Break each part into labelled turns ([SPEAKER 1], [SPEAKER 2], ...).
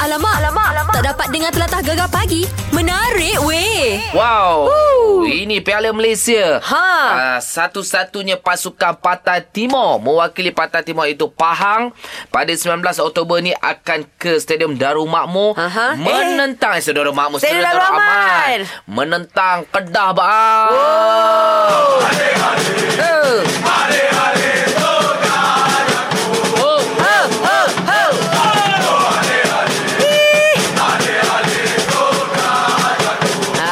[SPEAKER 1] Alamak, alamak, alamak. Tak dapat dengar telatah gegar pagi. Menarik weh.
[SPEAKER 2] Wow. Ini Piala Malaysia.
[SPEAKER 1] Ha.
[SPEAKER 2] Ah, satu-satunya pasukan Patah Timur mewakili Patah Timur itu Pahang pada 19 Oktober ni akan ke Stadium Darul Makmur
[SPEAKER 1] Aha.
[SPEAKER 2] menentang eh. Saudara Makmur
[SPEAKER 1] Stadium
[SPEAKER 2] Saudara
[SPEAKER 1] Darul Aman.
[SPEAKER 2] menentang Kedah bang.
[SPEAKER 3] Ah,
[SPEAKER 2] Wow. Eh. Oh.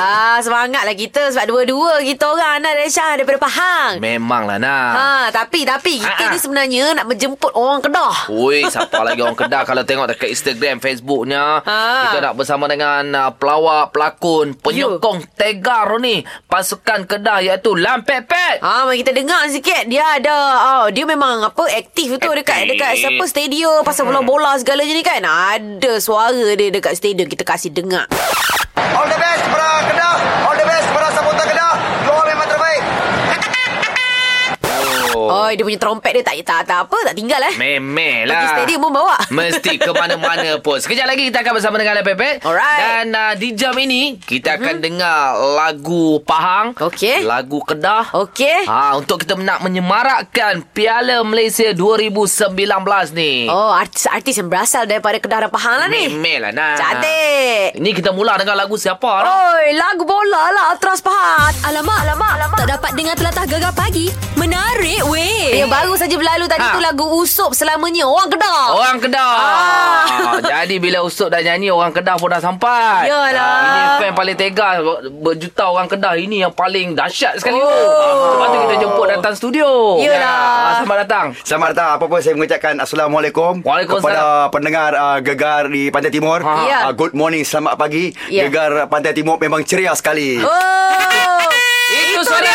[SPEAKER 3] Ah, semangatlah kita sebab dua-dua kita orang Anak dan Syah daripada Pahang.
[SPEAKER 2] Memanglah nak.
[SPEAKER 3] Ha, tapi tapi kita
[SPEAKER 2] Ah, ah.
[SPEAKER 3] ni sebenarnya nak menjemput orang Kedah.
[SPEAKER 2] Ui, siapa lagi orang Kedah kalau tengok dekat Instagram, Facebooknya.
[SPEAKER 3] Ha.
[SPEAKER 2] Kita nak bersama dengan uh, pelawak, pelakon, penyokong tegar ni. Pasukan Kedah iaitu Lam Pet Pet.
[SPEAKER 3] Ha, mari kita dengar sikit. Dia ada oh, dia memang apa aktif tu dekat
[SPEAKER 2] Aktif. Hmm.
[SPEAKER 3] dekat siapa stadium pasal bola-bola segala je ni kan. Ada suara dia dekat stadium kita kasih dengar.
[SPEAKER 4] All the best para Kedah. All the best para supporter Kedah. You all memang terbaik.
[SPEAKER 1] Ah.
[SPEAKER 3] Oh, dia punya trompet dia tak tak, tak apa, tak tinggal eh.
[SPEAKER 2] Memeh
[SPEAKER 3] Pergi
[SPEAKER 2] lah.
[SPEAKER 3] stadium pun bawa.
[SPEAKER 2] Mesti ke mana-mana pun. Sekejap lagi kita akan bersama dengan Lam Pet Pet.
[SPEAKER 3] Alright. Mhm.
[SPEAKER 2] Dan uh, di jam ini, kita akan dengar lagu Pahang.
[SPEAKER 3] Okey.
[SPEAKER 2] Lagu Kedah.
[SPEAKER 3] Okey.
[SPEAKER 2] Ha, untuk kita nak menyemarakkan Piala Malaysia 2019 ni.
[SPEAKER 3] Oh, artis-artis yang berasal daripada Kedah dan Pahang lah ni.
[SPEAKER 2] Memel lah nak.
[SPEAKER 3] Cantik.
[SPEAKER 2] Ini kita mula dengan lagu siapa lah.
[SPEAKER 3] Oi, lagu bola lah Atras Pahang.
[SPEAKER 1] Alamak, alamak, alamak. Tak dapat dengar telatah gegar pagi. Menarik weh.
[SPEAKER 3] Ya, baru saja berlalu tadi
[SPEAKER 2] Ha.
[SPEAKER 3] tu lagu Usup selamanya. Orang Kedah.
[SPEAKER 2] Orang Kedah.
[SPEAKER 3] Ah.
[SPEAKER 2] Ah. Jadi bila Usop dah nyanyi orang Kedah pun dah sampai.
[SPEAKER 3] Yalah.
[SPEAKER 2] Ah, ini fan paling tega berjuta orang Kedah ini yang paling dahsyat sekali
[SPEAKER 3] Oh.
[SPEAKER 2] tu. Ah, Lepas tu kita jemput datang studio.
[SPEAKER 3] Yalah.
[SPEAKER 2] Ah, selamat datang.
[SPEAKER 4] Selamat datang. Apa pun saya mengucapkan Assalamualaikum.
[SPEAKER 2] Waalaikumsalam.
[SPEAKER 4] Kepada pendengar uh, Gegar di Pantai Timur.
[SPEAKER 2] Ha.
[SPEAKER 3] Ya.
[SPEAKER 4] Uh, good morning. Selamat pagi.
[SPEAKER 3] Ya.
[SPEAKER 4] Gegar Pantai Timur memang ceria sekali.
[SPEAKER 3] Oh.
[SPEAKER 2] Itu suara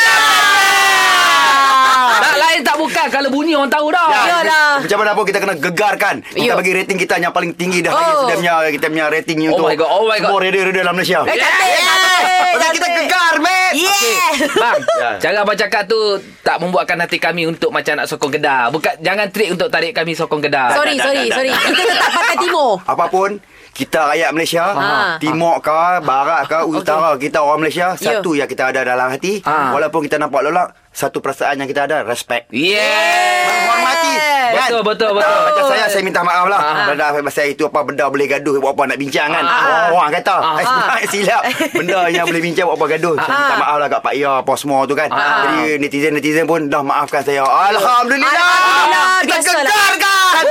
[SPEAKER 2] Lam. Tak lain tak bukan kalau bunyi orang tahu dah.
[SPEAKER 3] Ya. Yalah.
[SPEAKER 4] Macam mana pun kita kena gegarkan. Kita
[SPEAKER 3] Ya.
[SPEAKER 4] bagi rating kita yang paling tinggi dah.
[SPEAKER 3] Oh.
[SPEAKER 4] Oh. Kita punya kita punya rating
[SPEAKER 2] Oh
[SPEAKER 4] untuk
[SPEAKER 2] my God, oh my God.
[SPEAKER 4] semua radio-radio dalam Malaysia.
[SPEAKER 3] Eh, cantik,
[SPEAKER 2] Yeah.
[SPEAKER 3] cantik,
[SPEAKER 4] Pasal Ya, kita
[SPEAKER 3] cantik.
[SPEAKER 4] gegar, mate.
[SPEAKER 3] Yeah.
[SPEAKER 2] Bang,
[SPEAKER 4] Ya.
[SPEAKER 2] cara abang cakap tu tak membuatkan hati kami untuk macam nak sokong Kedah. Bukan jangan trik untuk tarik kami sokong Kedah.
[SPEAKER 3] Sorry, sorry, sorry. Kita tetap pakai timur.
[SPEAKER 4] Apapun kita rakyat Malaysia
[SPEAKER 3] Ha.
[SPEAKER 4] Timur ke Barat ke Utara Kita orang Malaysia
[SPEAKER 3] Ya.
[SPEAKER 4] Satu yang kita ada dalam hati
[SPEAKER 2] Ha.
[SPEAKER 4] Walaupun kita nampak lolak Satu perasaan yang kita ada Respect
[SPEAKER 2] Yeah.
[SPEAKER 4] Menghormati kan?
[SPEAKER 2] Betul, betul, betul.
[SPEAKER 4] Ah, Macam saya Saya minta maaf lah
[SPEAKER 2] Ha.
[SPEAKER 4] Benda pasal itu Apa benda boleh gaduh Buat apa nak bincang kan Orang kata eh, sebenarnya silap Benda yang boleh bincang Buat apa gaduh Saya minta maaf lah Kat Pak Ya Apa semua tu kan Jadi netizen-netizen pun Dah maafkan saya Alhamdulillah
[SPEAKER 3] Alhamdulillah,
[SPEAKER 4] Kita
[SPEAKER 3] biasalah.
[SPEAKER 4] gegar kan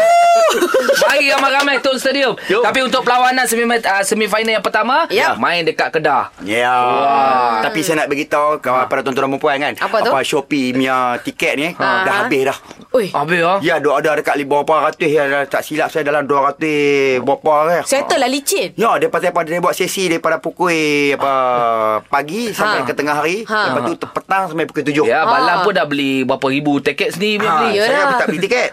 [SPEAKER 2] Mari ramai-ramai Tun Stadium.
[SPEAKER 4] Jom.
[SPEAKER 2] Tapi untuk perlawanan semi uh, semifinal yang pertama,
[SPEAKER 3] Ya.
[SPEAKER 2] main dekat Kedah.
[SPEAKER 4] Ya. Yeah. Tapi saya nak beritahu kepada para tuan-tuan dan perempuan kan.
[SPEAKER 3] Apa tu?
[SPEAKER 4] Apa Shopee punya tiket ni dah habis dah.
[SPEAKER 3] Ui,
[SPEAKER 2] Habis ah.
[SPEAKER 4] Ya, duk ada dekat li- berapa ratus ya dah tak silap saya dalam 200 berapa kan.
[SPEAKER 3] settle lah licin.
[SPEAKER 4] Ya, depa depa dia buat sesi daripada pukul apa pagi sampai
[SPEAKER 3] Ha.
[SPEAKER 4] ke tengah hari,
[SPEAKER 3] Ha.
[SPEAKER 4] lepas tu te- petang sampai pukul 7.
[SPEAKER 2] Ya,
[SPEAKER 3] Ah.
[SPEAKER 2] Balam pun dah beli berapa ribu tiket sendiri punya
[SPEAKER 4] Ha,
[SPEAKER 2] beli.
[SPEAKER 3] Yelah.
[SPEAKER 4] saya pun tak beli tiket.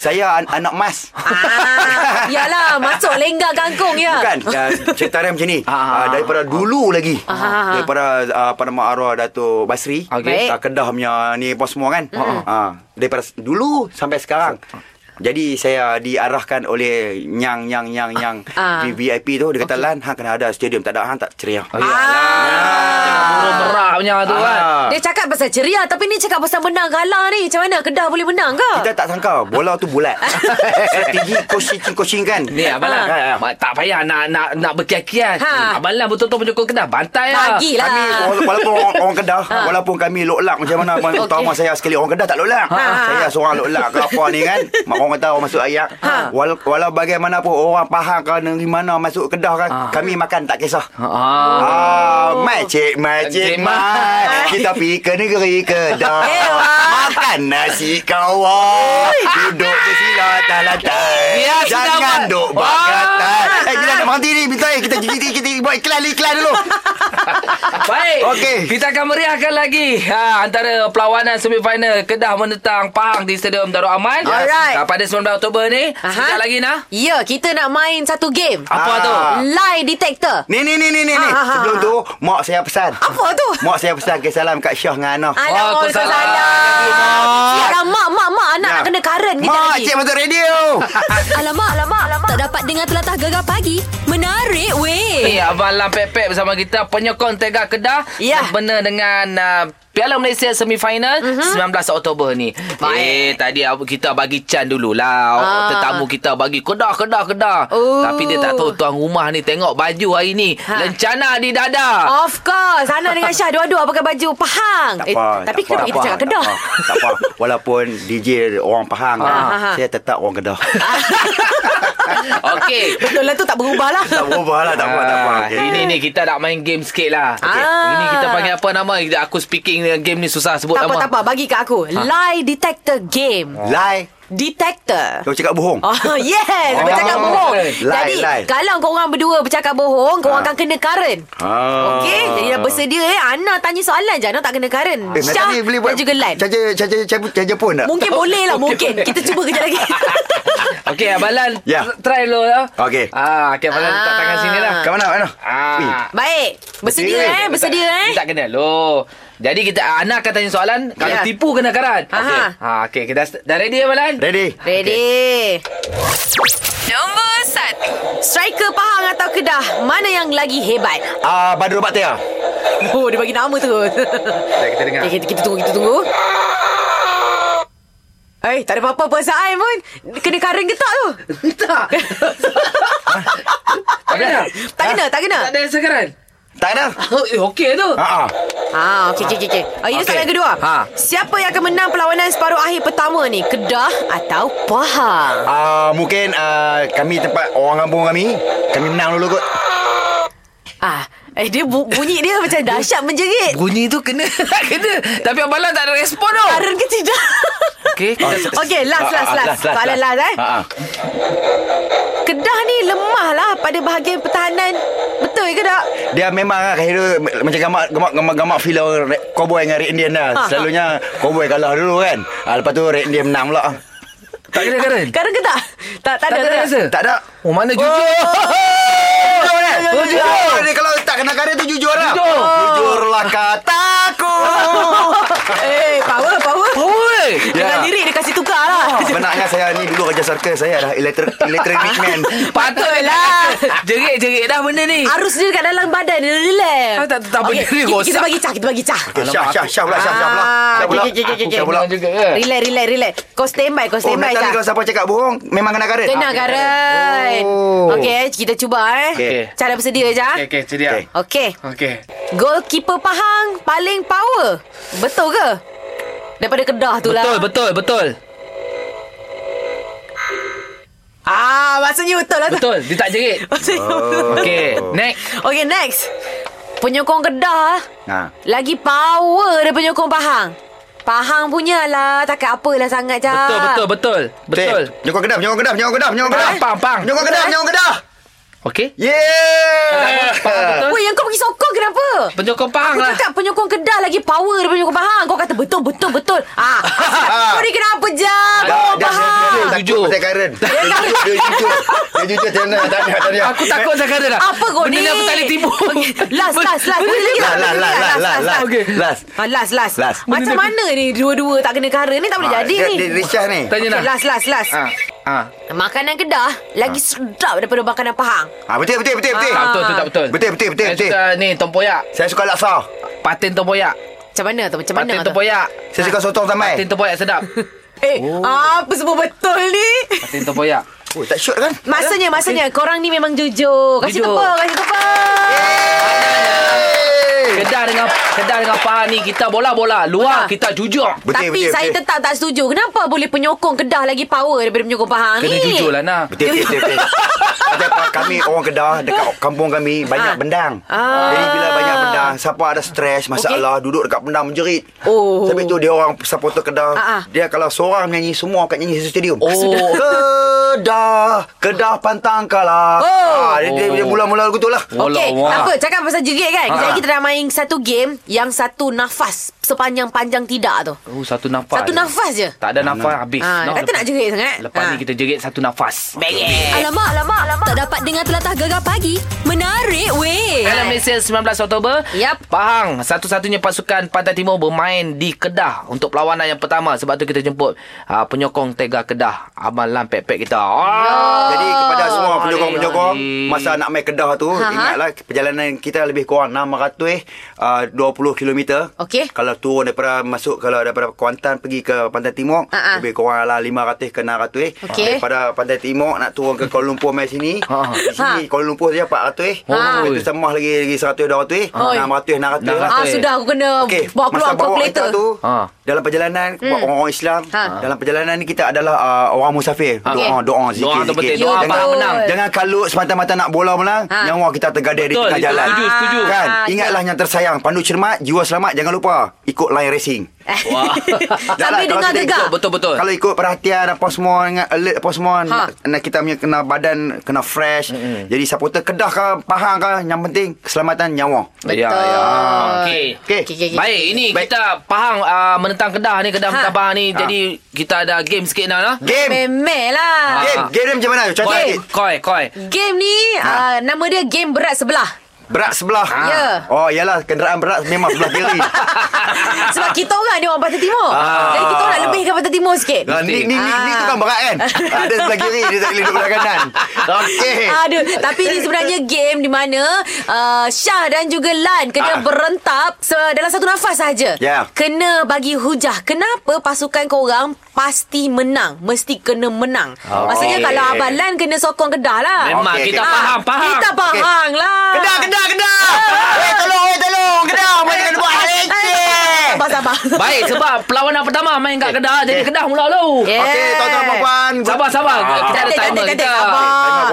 [SPEAKER 4] saya an- anak mas.
[SPEAKER 3] lah. Ah, yalah, masuk lenggak kangkung ya.
[SPEAKER 4] Bukan uh, Cerita dia macam ni
[SPEAKER 2] Ah, ah,
[SPEAKER 4] uh, Daripada dulu lagi
[SPEAKER 3] ah.
[SPEAKER 4] uh, Daripada uh, Pada Mak Arwah Dato' Basri
[SPEAKER 2] Okey.
[SPEAKER 4] uh, Kedah punya ni apa semua kan uh, Daripada s- dulu sampai sekarang jadi saya diarahkan oleh yang yang yang yang
[SPEAKER 3] Ah.
[SPEAKER 4] VIP tu dia kata Lan hang kena ada stadium tak ada hang tak ceria.
[SPEAKER 2] Ah, ya. Burung merah Ya, punya tu kan.
[SPEAKER 4] Ah.
[SPEAKER 3] Dia cakap pasal ceria tapi ni cakap pasal menang kalah ni. Macam mana Kedah boleh menang ke?
[SPEAKER 4] Kita tak sangka bola tu bulat. Strategi coaching-coaching kan.
[SPEAKER 2] Ni Abang Lam
[SPEAKER 4] Ah, ah.
[SPEAKER 2] ma- Tak payah nak nak nak berkian-kian
[SPEAKER 3] Ha.
[SPEAKER 2] Abang Lam betul-betul penyokong Kedah Bantai lah
[SPEAKER 3] Bagilah.
[SPEAKER 4] Kami wala- walaupun orang, orang Kedah, walaupun kami loklak macam mana okay. utama saya sekali orang Kedah tak loklak. Saya seorang loklak ke apa ni kan. Mak orang kata orang masuk ayak. Wal, walau bagaimana pun orang Pahang ke negeri mana masuk Kedah kan, kami makan tak kisah.
[SPEAKER 2] Ah.
[SPEAKER 4] Ah, mai cik,
[SPEAKER 2] Cik
[SPEAKER 4] mai cik,
[SPEAKER 2] Mai.
[SPEAKER 4] mai. Kita pergi ke negeri Kedah.
[SPEAKER 3] Eh,
[SPEAKER 4] Makan nasi kawal. Duduk bersila talantai.
[SPEAKER 2] Ya, sudah,
[SPEAKER 4] Jangan
[SPEAKER 2] Mat.
[SPEAKER 4] duk bakatan. Eh, kita nak berhenti ni. Bintang, eh, kita, kita, kita buat iklan iklan dulu.
[SPEAKER 2] Baik.
[SPEAKER 4] Okey.
[SPEAKER 2] Kita akan meriahkan lagi ha, antara perlawanan semifinal Kedah menentang Pahang di Stadium Darul Aman.
[SPEAKER 3] Alright.
[SPEAKER 2] Ha, pada 19 Oktober ni.
[SPEAKER 3] Aha.
[SPEAKER 2] Sekejap lagi nah.
[SPEAKER 3] Ya, kita nak main satu game.
[SPEAKER 2] Apa
[SPEAKER 4] Ah.
[SPEAKER 2] tu?
[SPEAKER 3] Lie detector.
[SPEAKER 4] Ni ni ni ni ni. ni.
[SPEAKER 3] Ah, ah,
[SPEAKER 4] Sebelum
[SPEAKER 3] ah.
[SPEAKER 4] tu mak saya pesan.
[SPEAKER 3] Apa Ah, tu?
[SPEAKER 4] Mak saya pesan ke salam kat Syah dengan Ana.
[SPEAKER 3] Alamak,
[SPEAKER 2] Waalaikumsalam.
[SPEAKER 3] Waalaikumsalam. Siap dah mak mak, mak. Anak nak kena current kita
[SPEAKER 4] Ya. Mak,
[SPEAKER 3] lagi.
[SPEAKER 4] cik masuk radio.
[SPEAKER 1] Alamak, alamak, alamak. Tak dapat dengar telatah gegar pagi. Menarik
[SPEAKER 2] Ni
[SPEAKER 4] Ya.
[SPEAKER 1] weh.
[SPEAKER 2] Eh, Abang Lam Pepek bersama kita Penyokong Tega Kedah
[SPEAKER 3] Ya.
[SPEAKER 2] Sempena dengan uh, Piala Malaysia semifinal
[SPEAKER 3] Mhm.
[SPEAKER 2] mm-hmm. 19 Oktober ni Eh tadi ab- kita bagi can
[SPEAKER 3] Ah.
[SPEAKER 2] dululah ah. Tetamu kita bagi Kedah, Kedah, Kedah
[SPEAKER 3] Oh.
[SPEAKER 2] Tapi dia tak tahu tuan rumah ni Tengok baju hari ni
[SPEAKER 3] Ha. Oh.
[SPEAKER 2] Lencana di dada
[SPEAKER 3] Of course. Ana dengan Syah dua-dua pakai baju Pahang.
[SPEAKER 4] Tak apa.
[SPEAKER 3] Eh, tapi
[SPEAKER 4] tak
[SPEAKER 3] kenapa
[SPEAKER 4] apa,
[SPEAKER 3] kita
[SPEAKER 4] tak
[SPEAKER 3] cakap
[SPEAKER 4] apa,
[SPEAKER 3] Kedah?
[SPEAKER 4] Tak apa, tak apa. Walaupun DJ orang Pahang,
[SPEAKER 3] ha.
[SPEAKER 4] saya tetap orang Kedah.
[SPEAKER 2] Okey
[SPEAKER 3] Betul lah tu tak berubah lah.
[SPEAKER 4] tak berubah lah, tak apa, tak apa.
[SPEAKER 2] Ah,
[SPEAKER 4] Okay.
[SPEAKER 2] Ini ni kita nak main game sikit lah
[SPEAKER 3] Okey.
[SPEAKER 2] Ini kita panggil apa nama Aku speaking dengan game ni susah sebut
[SPEAKER 3] Tak apa,
[SPEAKER 2] nama
[SPEAKER 3] tak apa. Bagi kat aku.
[SPEAKER 4] Ha.
[SPEAKER 3] Lie detector game.
[SPEAKER 4] Lie.
[SPEAKER 3] Detector.
[SPEAKER 4] Kau cakap bohong.
[SPEAKER 3] Oh, yes. Bercakap
[SPEAKER 4] Oh,
[SPEAKER 3] bohong.
[SPEAKER 2] lie,
[SPEAKER 3] Jadi,
[SPEAKER 4] lie.
[SPEAKER 3] kalau korang berdua bercakap bohong, korang
[SPEAKER 4] Ah.
[SPEAKER 3] akan kena current.
[SPEAKER 4] Ah.
[SPEAKER 3] Oh. Okey, jadi dah bersedia eh. Ana tanya soalan je, Ana tak kena current.
[SPEAKER 4] Eh,
[SPEAKER 3] Syah
[SPEAKER 4] Syah ni boleh buat
[SPEAKER 3] dan juga Lan.
[SPEAKER 4] Charger, charger, charger, charger pun tak?
[SPEAKER 3] Mungkin boleh lah, mungkin. Kita cuba kejap lagi.
[SPEAKER 2] Okey Abalan
[SPEAKER 4] Ya.
[SPEAKER 2] Try dulu lah
[SPEAKER 4] Okey.
[SPEAKER 2] ah, Okey Abalan letak tangan sini lah
[SPEAKER 4] Kat mana, kat mana? Ui.
[SPEAKER 2] Ah.
[SPEAKER 3] Baik. Bersedia
[SPEAKER 4] Bersedia,
[SPEAKER 3] eh, bersedia eh.
[SPEAKER 2] Tak kena lo. Jadi kita ah, Ana akan tanya soalan, kalau
[SPEAKER 3] Ya.
[SPEAKER 2] tipu kena karat.
[SPEAKER 3] Aha.
[SPEAKER 2] Okey. Ha okey, kita st- dah ready ya, Amalan?
[SPEAKER 4] Ready?
[SPEAKER 3] Ready. Nombor satu. Striker Pahang atau Kedah, mana yang lagi hebat?
[SPEAKER 4] Ah, Badrul Baktia.
[SPEAKER 3] Oh, dia bagi nama terus.
[SPEAKER 2] Sekejap kita dengar.
[SPEAKER 3] okay, kita, kita tunggu, kita tunggu. Eh, tak ada apa-apa perasaan pun. Kena current ke tak tu?
[SPEAKER 2] Tak. tak kena.
[SPEAKER 3] Tak kena, tak kena.
[SPEAKER 2] Tak ada sekaran.
[SPEAKER 4] Tak ada?
[SPEAKER 2] Eh, okey tu.
[SPEAKER 4] Ah, ah.
[SPEAKER 3] Ah, okey okey okey. okey. Oh, ini
[SPEAKER 2] Okey.
[SPEAKER 3] soalan kedua.
[SPEAKER 2] Ha.
[SPEAKER 3] Siapa yang akan menang perlawanan separuh akhir pertama ni? Kedah atau Pahang?
[SPEAKER 4] Ah, mungkin ah, kami tempat orang kampung kami, kami menang dulu kot.
[SPEAKER 3] Ah, eh dia bu- bunyi dia macam dahsyat menjerit.
[SPEAKER 2] Bunyi tu kena kena. Tapi Amalan tak ada respon tu.
[SPEAKER 3] Karen ke tidak?
[SPEAKER 2] Okey, kita
[SPEAKER 3] Okey, last
[SPEAKER 4] Ah,
[SPEAKER 3] last
[SPEAKER 4] ah,
[SPEAKER 3] last. Soalan last eh.
[SPEAKER 4] Ah, ah.
[SPEAKER 3] Kedah ni lemah lah pada bahagian pertahanan. Betul ke tak?
[SPEAKER 4] Dia memang lah Kahira Macam gamak Gamak gamak, gamak feel orang Red- Cowboy dengan Red Indian dah
[SPEAKER 3] Ha, ha.
[SPEAKER 4] Selalunya Cowboy kalah dulu kan ah, Lepas tu Red Indian menang pula
[SPEAKER 2] tak kena karan.
[SPEAKER 3] Karen Ah, ke tak? Tak tak
[SPEAKER 2] Eh. Tak
[SPEAKER 3] ada.
[SPEAKER 2] ada rasa.
[SPEAKER 4] Tak ada
[SPEAKER 2] Oh, mana jujur?
[SPEAKER 4] Jujur eh
[SPEAKER 2] Oh, jujur.
[SPEAKER 4] Oh, dia Kalau tak kena kare tu jujur lah
[SPEAKER 2] Jujur.
[SPEAKER 4] Jujurlah kataku
[SPEAKER 3] Eh, power power.
[SPEAKER 2] Oi.
[SPEAKER 3] Dengan
[SPEAKER 4] Ya. Oh.
[SPEAKER 3] diri dia kasi tukar lah.
[SPEAKER 4] Sebenarnya saya ni dulu kerja circle Saya dah electric, electronic man
[SPEAKER 2] Patutlah. Jerit-jerit dah benda ni.
[SPEAKER 3] Arus dia kat dalam badan dia relax.
[SPEAKER 2] Ah, tak- tak
[SPEAKER 3] Okey,
[SPEAKER 2] benda dia
[SPEAKER 3] kita- Kita
[SPEAKER 2] rosak.
[SPEAKER 3] bagi cah, kita bagi cah.
[SPEAKER 4] Okay, Syah, Syah, Syah pula, Syah, Syah pula.
[SPEAKER 3] Ah,
[SPEAKER 4] Syah pula.
[SPEAKER 3] okey, okey, okey, okey.
[SPEAKER 4] Syah pula.
[SPEAKER 2] juga ke?
[SPEAKER 3] Relax, relax, relax. Kau standby, kau
[SPEAKER 4] Oh,
[SPEAKER 3] standby
[SPEAKER 4] Natalie
[SPEAKER 3] cah.
[SPEAKER 4] kalau siapa cakap bohong, memang kena karet.
[SPEAKER 3] Kena Karen.
[SPEAKER 4] Oh.
[SPEAKER 3] Okey, kita cuba eh.
[SPEAKER 4] Okey.
[SPEAKER 3] Cara bersedia je. ah.
[SPEAKER 2] Okey, okey, sedia.
[SPEAKER 4] Okey.
[SPEAKER 3] Okey.
[SPEAKER 2] Okey.
[SPEAKER 3] Goalkeeper Pahang paling power. Betul ke? Daripada Kedah tu lah.
[SPEAKER 2] Betul, betul, betul.
[SPEAKER 3] Ah, maksudnya betul lah. tu.
[SPEAKER 2] Betul, dia tak jerit.
[SPEAKER 3] Maksudnya
[SPEAKER 4] Oh.
[SPEAKER 3] betul.
[SPEAKER 2] Okey, next.
[SPEAKER 3] Okey, next. Penyokong Kedah ah.
[SPEAKER 4] Ha.
[SPEAKER 3] lagi power daripada penyokong Pahang. Pahang punya lah. Takkan apalah sangat je.
[SPEAKER 2] Betul, betul, betul. Betul.
[SPEAKER 4] Betul. Nyokok kedap, nyokok kedap, nyokok kedap, nyokok kedap.
[SPEAKER 2] Pang, pang, pang.
[SPEAKER 4] Nyokok kedap, nyokok kedap.
[SPEAKER 2] Okey.
[SPEAKER 4] Yeah.
[SPEAKER 2] Faham betul?
[SPEAKER 3] Weh, yang kau pergi sokong kenapa?
[SPEAKER 2] Penyokong Pahang
[SPEAKER 3] Aku
[SPEAKER 2] lah.
[SPEAKER 3] cakap penyokong Kedah lagi power daripada penyokong Pahang. Kau kata betul, betul, betul. Ah, kau ni kenapa je? Kau
[SPEAKER 4] Dah, dah,
[SPEAKER 3] Pahang.
[SPEAKER 4] dah,
[SPEAKER 2] Jujur.
[SPEAKER 4] jujur. Saya Karen. Dia jujur, dia jujur. Dia jujur, tak nak, tak nak, tak nak.
[SPEAKER 2] Aku takut saya kata dah.
[SPEAKER 3] Apa kau ni?
[SPEAKER 2] Benda ni aku tak boleh tipu.
[SPEAKER 3] Okey, Last, last, last. Boleh lagi tak?
[SPEAKER 4] Last, last,
[SPEAKER 3] Boleh lagi
[SPEAKER 4] last,
[SPEAKER 3] tak?
[SPEAKER 4] last, last.
[SPEAKER 2] Okey.
[SPEAKER 4] lah, Last.
[SPEAKER 3] Ah, last, last.
[SPEAKER 4] Last.
[SPEAKER 3] Macam mana ni dua-dua tak kena kara ni tak boleh
[SPEAKER 4] Ha,
[SPEAKER 3] jadi
[SPEAKER 4] dia-
[SPEAKER 3] ni.
[SPEAKER 4] dia- lah. Ah. dia Syah ni.
[SPEAKER 2] Tanya
[SPEAKER 3] Okay,
[SPEAKER 2] nak.
[SPEAKER 3] last, last, last.
[SPEAKER 2] Ha. Ha.
[SPEAKER 3] Makanan Kedah lagi sedap daripada makanan Pahang.
[SPEAKER 4] Ah, betul, betul, betul, betul.
[SPEAKER 2] Tak betul, tu tak betul.
[SPEAKER 4] Betul, betul, betul,
[SPEAKER 2] Saya
[SPEAKER 4] betul.
[SPEAKER 2] suka ni tempoyak.
[SPEAKER 4] Saya suka laksa.
[SPEAKER 2] Patin tempoyak.
[SPEAKER 3] Macam mana tu? Macam mana
[SPEAKER 2] Patin
[SPEAKER 3] tu?
[SPEAKER 2] tempoyak.
[SPEAKER 4] Saya suka sotong
[SPEAKER 2] Patin
[SPEAKER 4] sampai.
[SPEAKER 2] tempoyak sedap.
[SPEAKER 3] Eh, apa semua betul ni?
[SPEAKER 2] Patin tempoyak.
[SPEAKER 4] Oh, tak shoot kan?
[SPEAKER 3] Masanya, masanya. Korang ni memang jujur. Kasih
[SPEAKER 2] Jujur.
[SPEAKER 3] tepuk, kasih tepuk.
[SPEAKER 4] Yeay.
[SPEAKER 2] Kedah dengan Kedah dengan Pahang ni kita bola-bola. Luar
[SPEAKER 3] Bola.
[SPEAKER 2] kita jujur.
[SPEAKER 4] Betul,
[SPEAKER 3] Tapi
[SPEAKER 4] betul,
[SPEAKER 3] saya
[SPEAKER 4] betul.
[SPEAKER 3] tetap tak setuju. Kenapa boleh penyokong Kedah lagi power daripada penyokong Pahang
[SPEAKER 2] Kena
[SPEAKER 3] ni?
[SPEAKER 2] jujur lah nak.
[SPEAKER 4] Betul, betul, betul. Macam apa, kami orang Kedah Dekat kampung kami
[SPEAKER 3] Ah.
[SPEAKER 4] Banyak bendang
[SPEAKER 3] Ah.
[SPEAKER 4] Jadi bila banyak bendang Siapa ada stres Masalah Duduk dekat bendang menjerit
[SPEAKER 3] Oh.
[SPEAKER 4] Sebab tu dia orang Supporter Kedah
[SPEAKER 3] Ah, ah.
[SPEAKER 4] Dia kalau seorang menyanyi Semua akan nyanyi satu stadium
[SPEAKER 2] Oh. Sudah.
[SPEAKER 4] Kedah Kedah pantang kalah
[SPEAKER 3] Oh.
[SPEAKER 4] ah, dia, dia, dia
[SPEAKER 2] Oh.
[SPEAKER 4] mula-mula lagu tu lah
[SPEAKER 3] Okey,
[SPEAKER 2] Walau, wah.
[SPEAKER 3] apa cakap pasal jerit kan?
[SPEAKER 2] Ha.
[SPEAKER 3] Jadi kita dah main satu game yang satu nafas sepanjang-panjang tidak tu.
[SPEAKER 2] Oh, satu nafas.
[SPEAKER 3] Satu nafas je.
[SPEAKER 2] Tak ada nafas habis.
[SPEAKER 3] Ha, kata
[SPEAKER 2] Nak lepas-
[SPEAKER 3] nak jerit sangat.
[SPEAKER 2] Lepas
[SPEAKER 3] Ha.
[SPEAKER 2] ni kita jerit satu nafas.
[SPEAKER 3] Alamak, alamak, alamak. Tak dapat
[SPEAKER 1] dapat dengan telatah gegar pagi. Menarik weh.
[SPEAKER 2] Piala Malaysia 19 Oktober.
[SPEAKER 3] Yap.
[SPEAKER 2] Pahang satu-satunya pasukan Pantai Timur bermain di Kedah untuk perlawanan yang pertama. Sebab tu kita jemput uh, penyokong Tega Kedah, Abang Lam Pek Pek kita. Oh.
[SPEAKER 4] Jadi kepada semua penyokong-penyokong
[SPEAKER 2] Ali.
[SPEAKER 4] masa nak main Kedah tu ingatlah perjalanan kita lebih kurang 600 uh, 20 km.
[SPEAKER 3] Okey.
[SPEAKER 4] Kalau turun daripada masuk kalau daripada Kuantan pergi ke Pantai Timur
[SPEAKER 3] Ha-ha.
[SPEAKER 4] lebih kurang lah 500 ke 600.
[SPEAKER 3] Okey.
[SPEAKER 4] Daripada Pantai Timur nak turun ke Kuala Lumpur main sini.
[SPEAKER 2] Ha.
[SPEAKER 4] Di sini Kuala Lumpur saja 400.
[SPEAKER 2] Ha.
[SPEAKER 4] Itu sembah lagi lagi 100 200.
[SPEAKER 3] Oi.
[SPEAKER 4] 600 900 lah.
[SPEAKER 3] Ah,
[SPEAKER 2] Betul.
[SPEAKER 3] sudah aku kena
[SPEAKER 4] Okey,
[SPEAKER 3] bawa keluar
[SPEAKER 4] masa bawa kereta
[SPEAKER 3] kalkulator.
[SPEAKER 4] tu
[SPEAKER 2] Ha.
[SPEAKER 4] dalam perjalanan buat orang-orang Islam
[SPEAKER 3] Ha.
[SPEAKER 4] dalam perjalanan ni kita adalah uh, orang musafir.
[SPEAKER 2] Ha.
[SPEAKER 4] Doa
[SPEAKER 3] Okey.
[SPEAKER 4] doa
[SPEAKER 2] Doa
[SPEAKER 4] zikir
[SPEAKER 2] tu penting.
[SPEAKER 4] zikir.
[SPEAKER 2] Doa
[SPEAKER 3] Betul.
[SPEAKER 2] Pahang menang.
[SPEAKER 4] Jangan kalut semata-mata nak bola menang
[SPEAKER 3] Ha.
[SPEAKER 4] Nyawa kita tergadai di
[SPEAKER 2] Betul,
[SPEAKER 4] tengah
[SPEAKER 2] itu
[SPEAKER 4] jalan
[SPEAKER 2] setuju, setuju.
[SPEAKER 4] Kan
[SPEAKER 3] Ah,
[SPEAKER 4] Ingatlah yang tersayang Pandu cermat Jiwa selamat Jangan lupa Ikut line racing
[SPEAKER 2] Wah.
[SPEAKER 3] Eh. Sambil dengar gegar.
[SPEAKER 2] Betul-betul.
[SPEAKER 4] Kalau lah, ikut perhatian Apa semua Ingat alert apa semua
[SPEAKER 3] Ha.
[SPEAKER 4] nak, Kita punya kena badan Kena fresh Jadi supporter Kedah ke Pahang ke Yang penting Keselamatan nyawa
[SPEAKER 2] Ya, ya. Okey.
[SPEAKER 4] Okey.
[SPEAKER 3] Okey, okey, okey.
[SPEAKER 2] Baik, ini
[SPEAKER 4] Baik.
[SPEAKER 2] kita Pahang uh, menentang Kedah ni, Kedah
[SPEAKER 3] Ha.
[SPEAKER 2] menentang Pahang ni.
[SPEAKER 4] Ha.
[SPEAKER 2] Jadi kita ada game sikit nak lah.
[SPEAKER 4] Game
[SPEAKER 3] Memel lah.
[SPEAKER 2] Ah.
[SPEAKER 4] Game Game dia macam mana Contoh
[SPEAKER 2] Koi,
[SPEAKER 4] sikit
[SPEAKER 2] koi, koi.
[SPEAKER 3] Game ni,
[SPEAKER 4] Ha.
[SPEAKER 3] ah, nama dia game berat sebelah.
[SPEAKER 4] Berat sebelah
[SPEAKER 3] Ya.
[SPEAKER 4] Oh yalah Kenderaan berat Memang sebelah kiri
[SPEAKER 3] Sebab kita orang ni orang Pantai Timur.
[SPEAKER 4] Ah.
[SPEAKER 3] Jadi kita orang nak lebihkan Pantai Timur sikit.
[SPEAKER 4] Nah, ni, ni, ni, ni
[SPEAKER 3] Ah.
[SPEAKER 4] tu kan berat kan Ada sebelah kiri Dia tak boleh duduk sebelah kanan Okey
[SPEAKER 3] Aduh, tapi ni sebenarnya game di mana uh, Syah dan juga Lan kena
[SPEAKER 4] Ah.
[SPEAKER 3] berentap se- dalam satu nafas saja.
[SPEAKER 4] Ya.
[SPEAKER 3] Kena bagi hujah kenapa pasukan korang pasti menang, mesti kena menang.
[SPEAKER 4] Oh.
[SPEAKER 3] Maksudnya
[SPEAKER 4] Okey.
[SPEAKER 3] kalau Abang Lan kena sokong Kedah lah.
[SPEAKER 2] Memang
[SPEAKER 4] Okey,
[SPEAKER 2] kita
[SPEAKER 4] okey.
[SPEAKER 2] Pahang, Pahang.
[SPEAKER 3] Kita Pahang lah.
[SPEAKER 4] Kedah, kedah, kedah. Weh, tolong, weh, tolong. Kedah, mana kena buat hal leceh.
[SPEAKER 3] Eh, Sabar, sabar.
[SPEAKER 2] Baik, sebab perlawanan pertama main kat Kedah. Jadi
[SPEAKER 4] Okey.
[SPEAKER 2] Kedah mula dulu.
[SPEAKER 3] Yeah.
[SPEAKER 4] Okey, tuan-tuan perempuan.
[SPEAKER 2] Sabar, sabar.
[SPEAKER 4] Ah.
[SPEAKER 2] Kita ada
[SPEAKER 3] Cantik,
[SPEAKER 2] timer
[SPEAKER 3] cantik, cantik.
[SPEAKER 2] kita.
[SPEAKER 3] Sabar.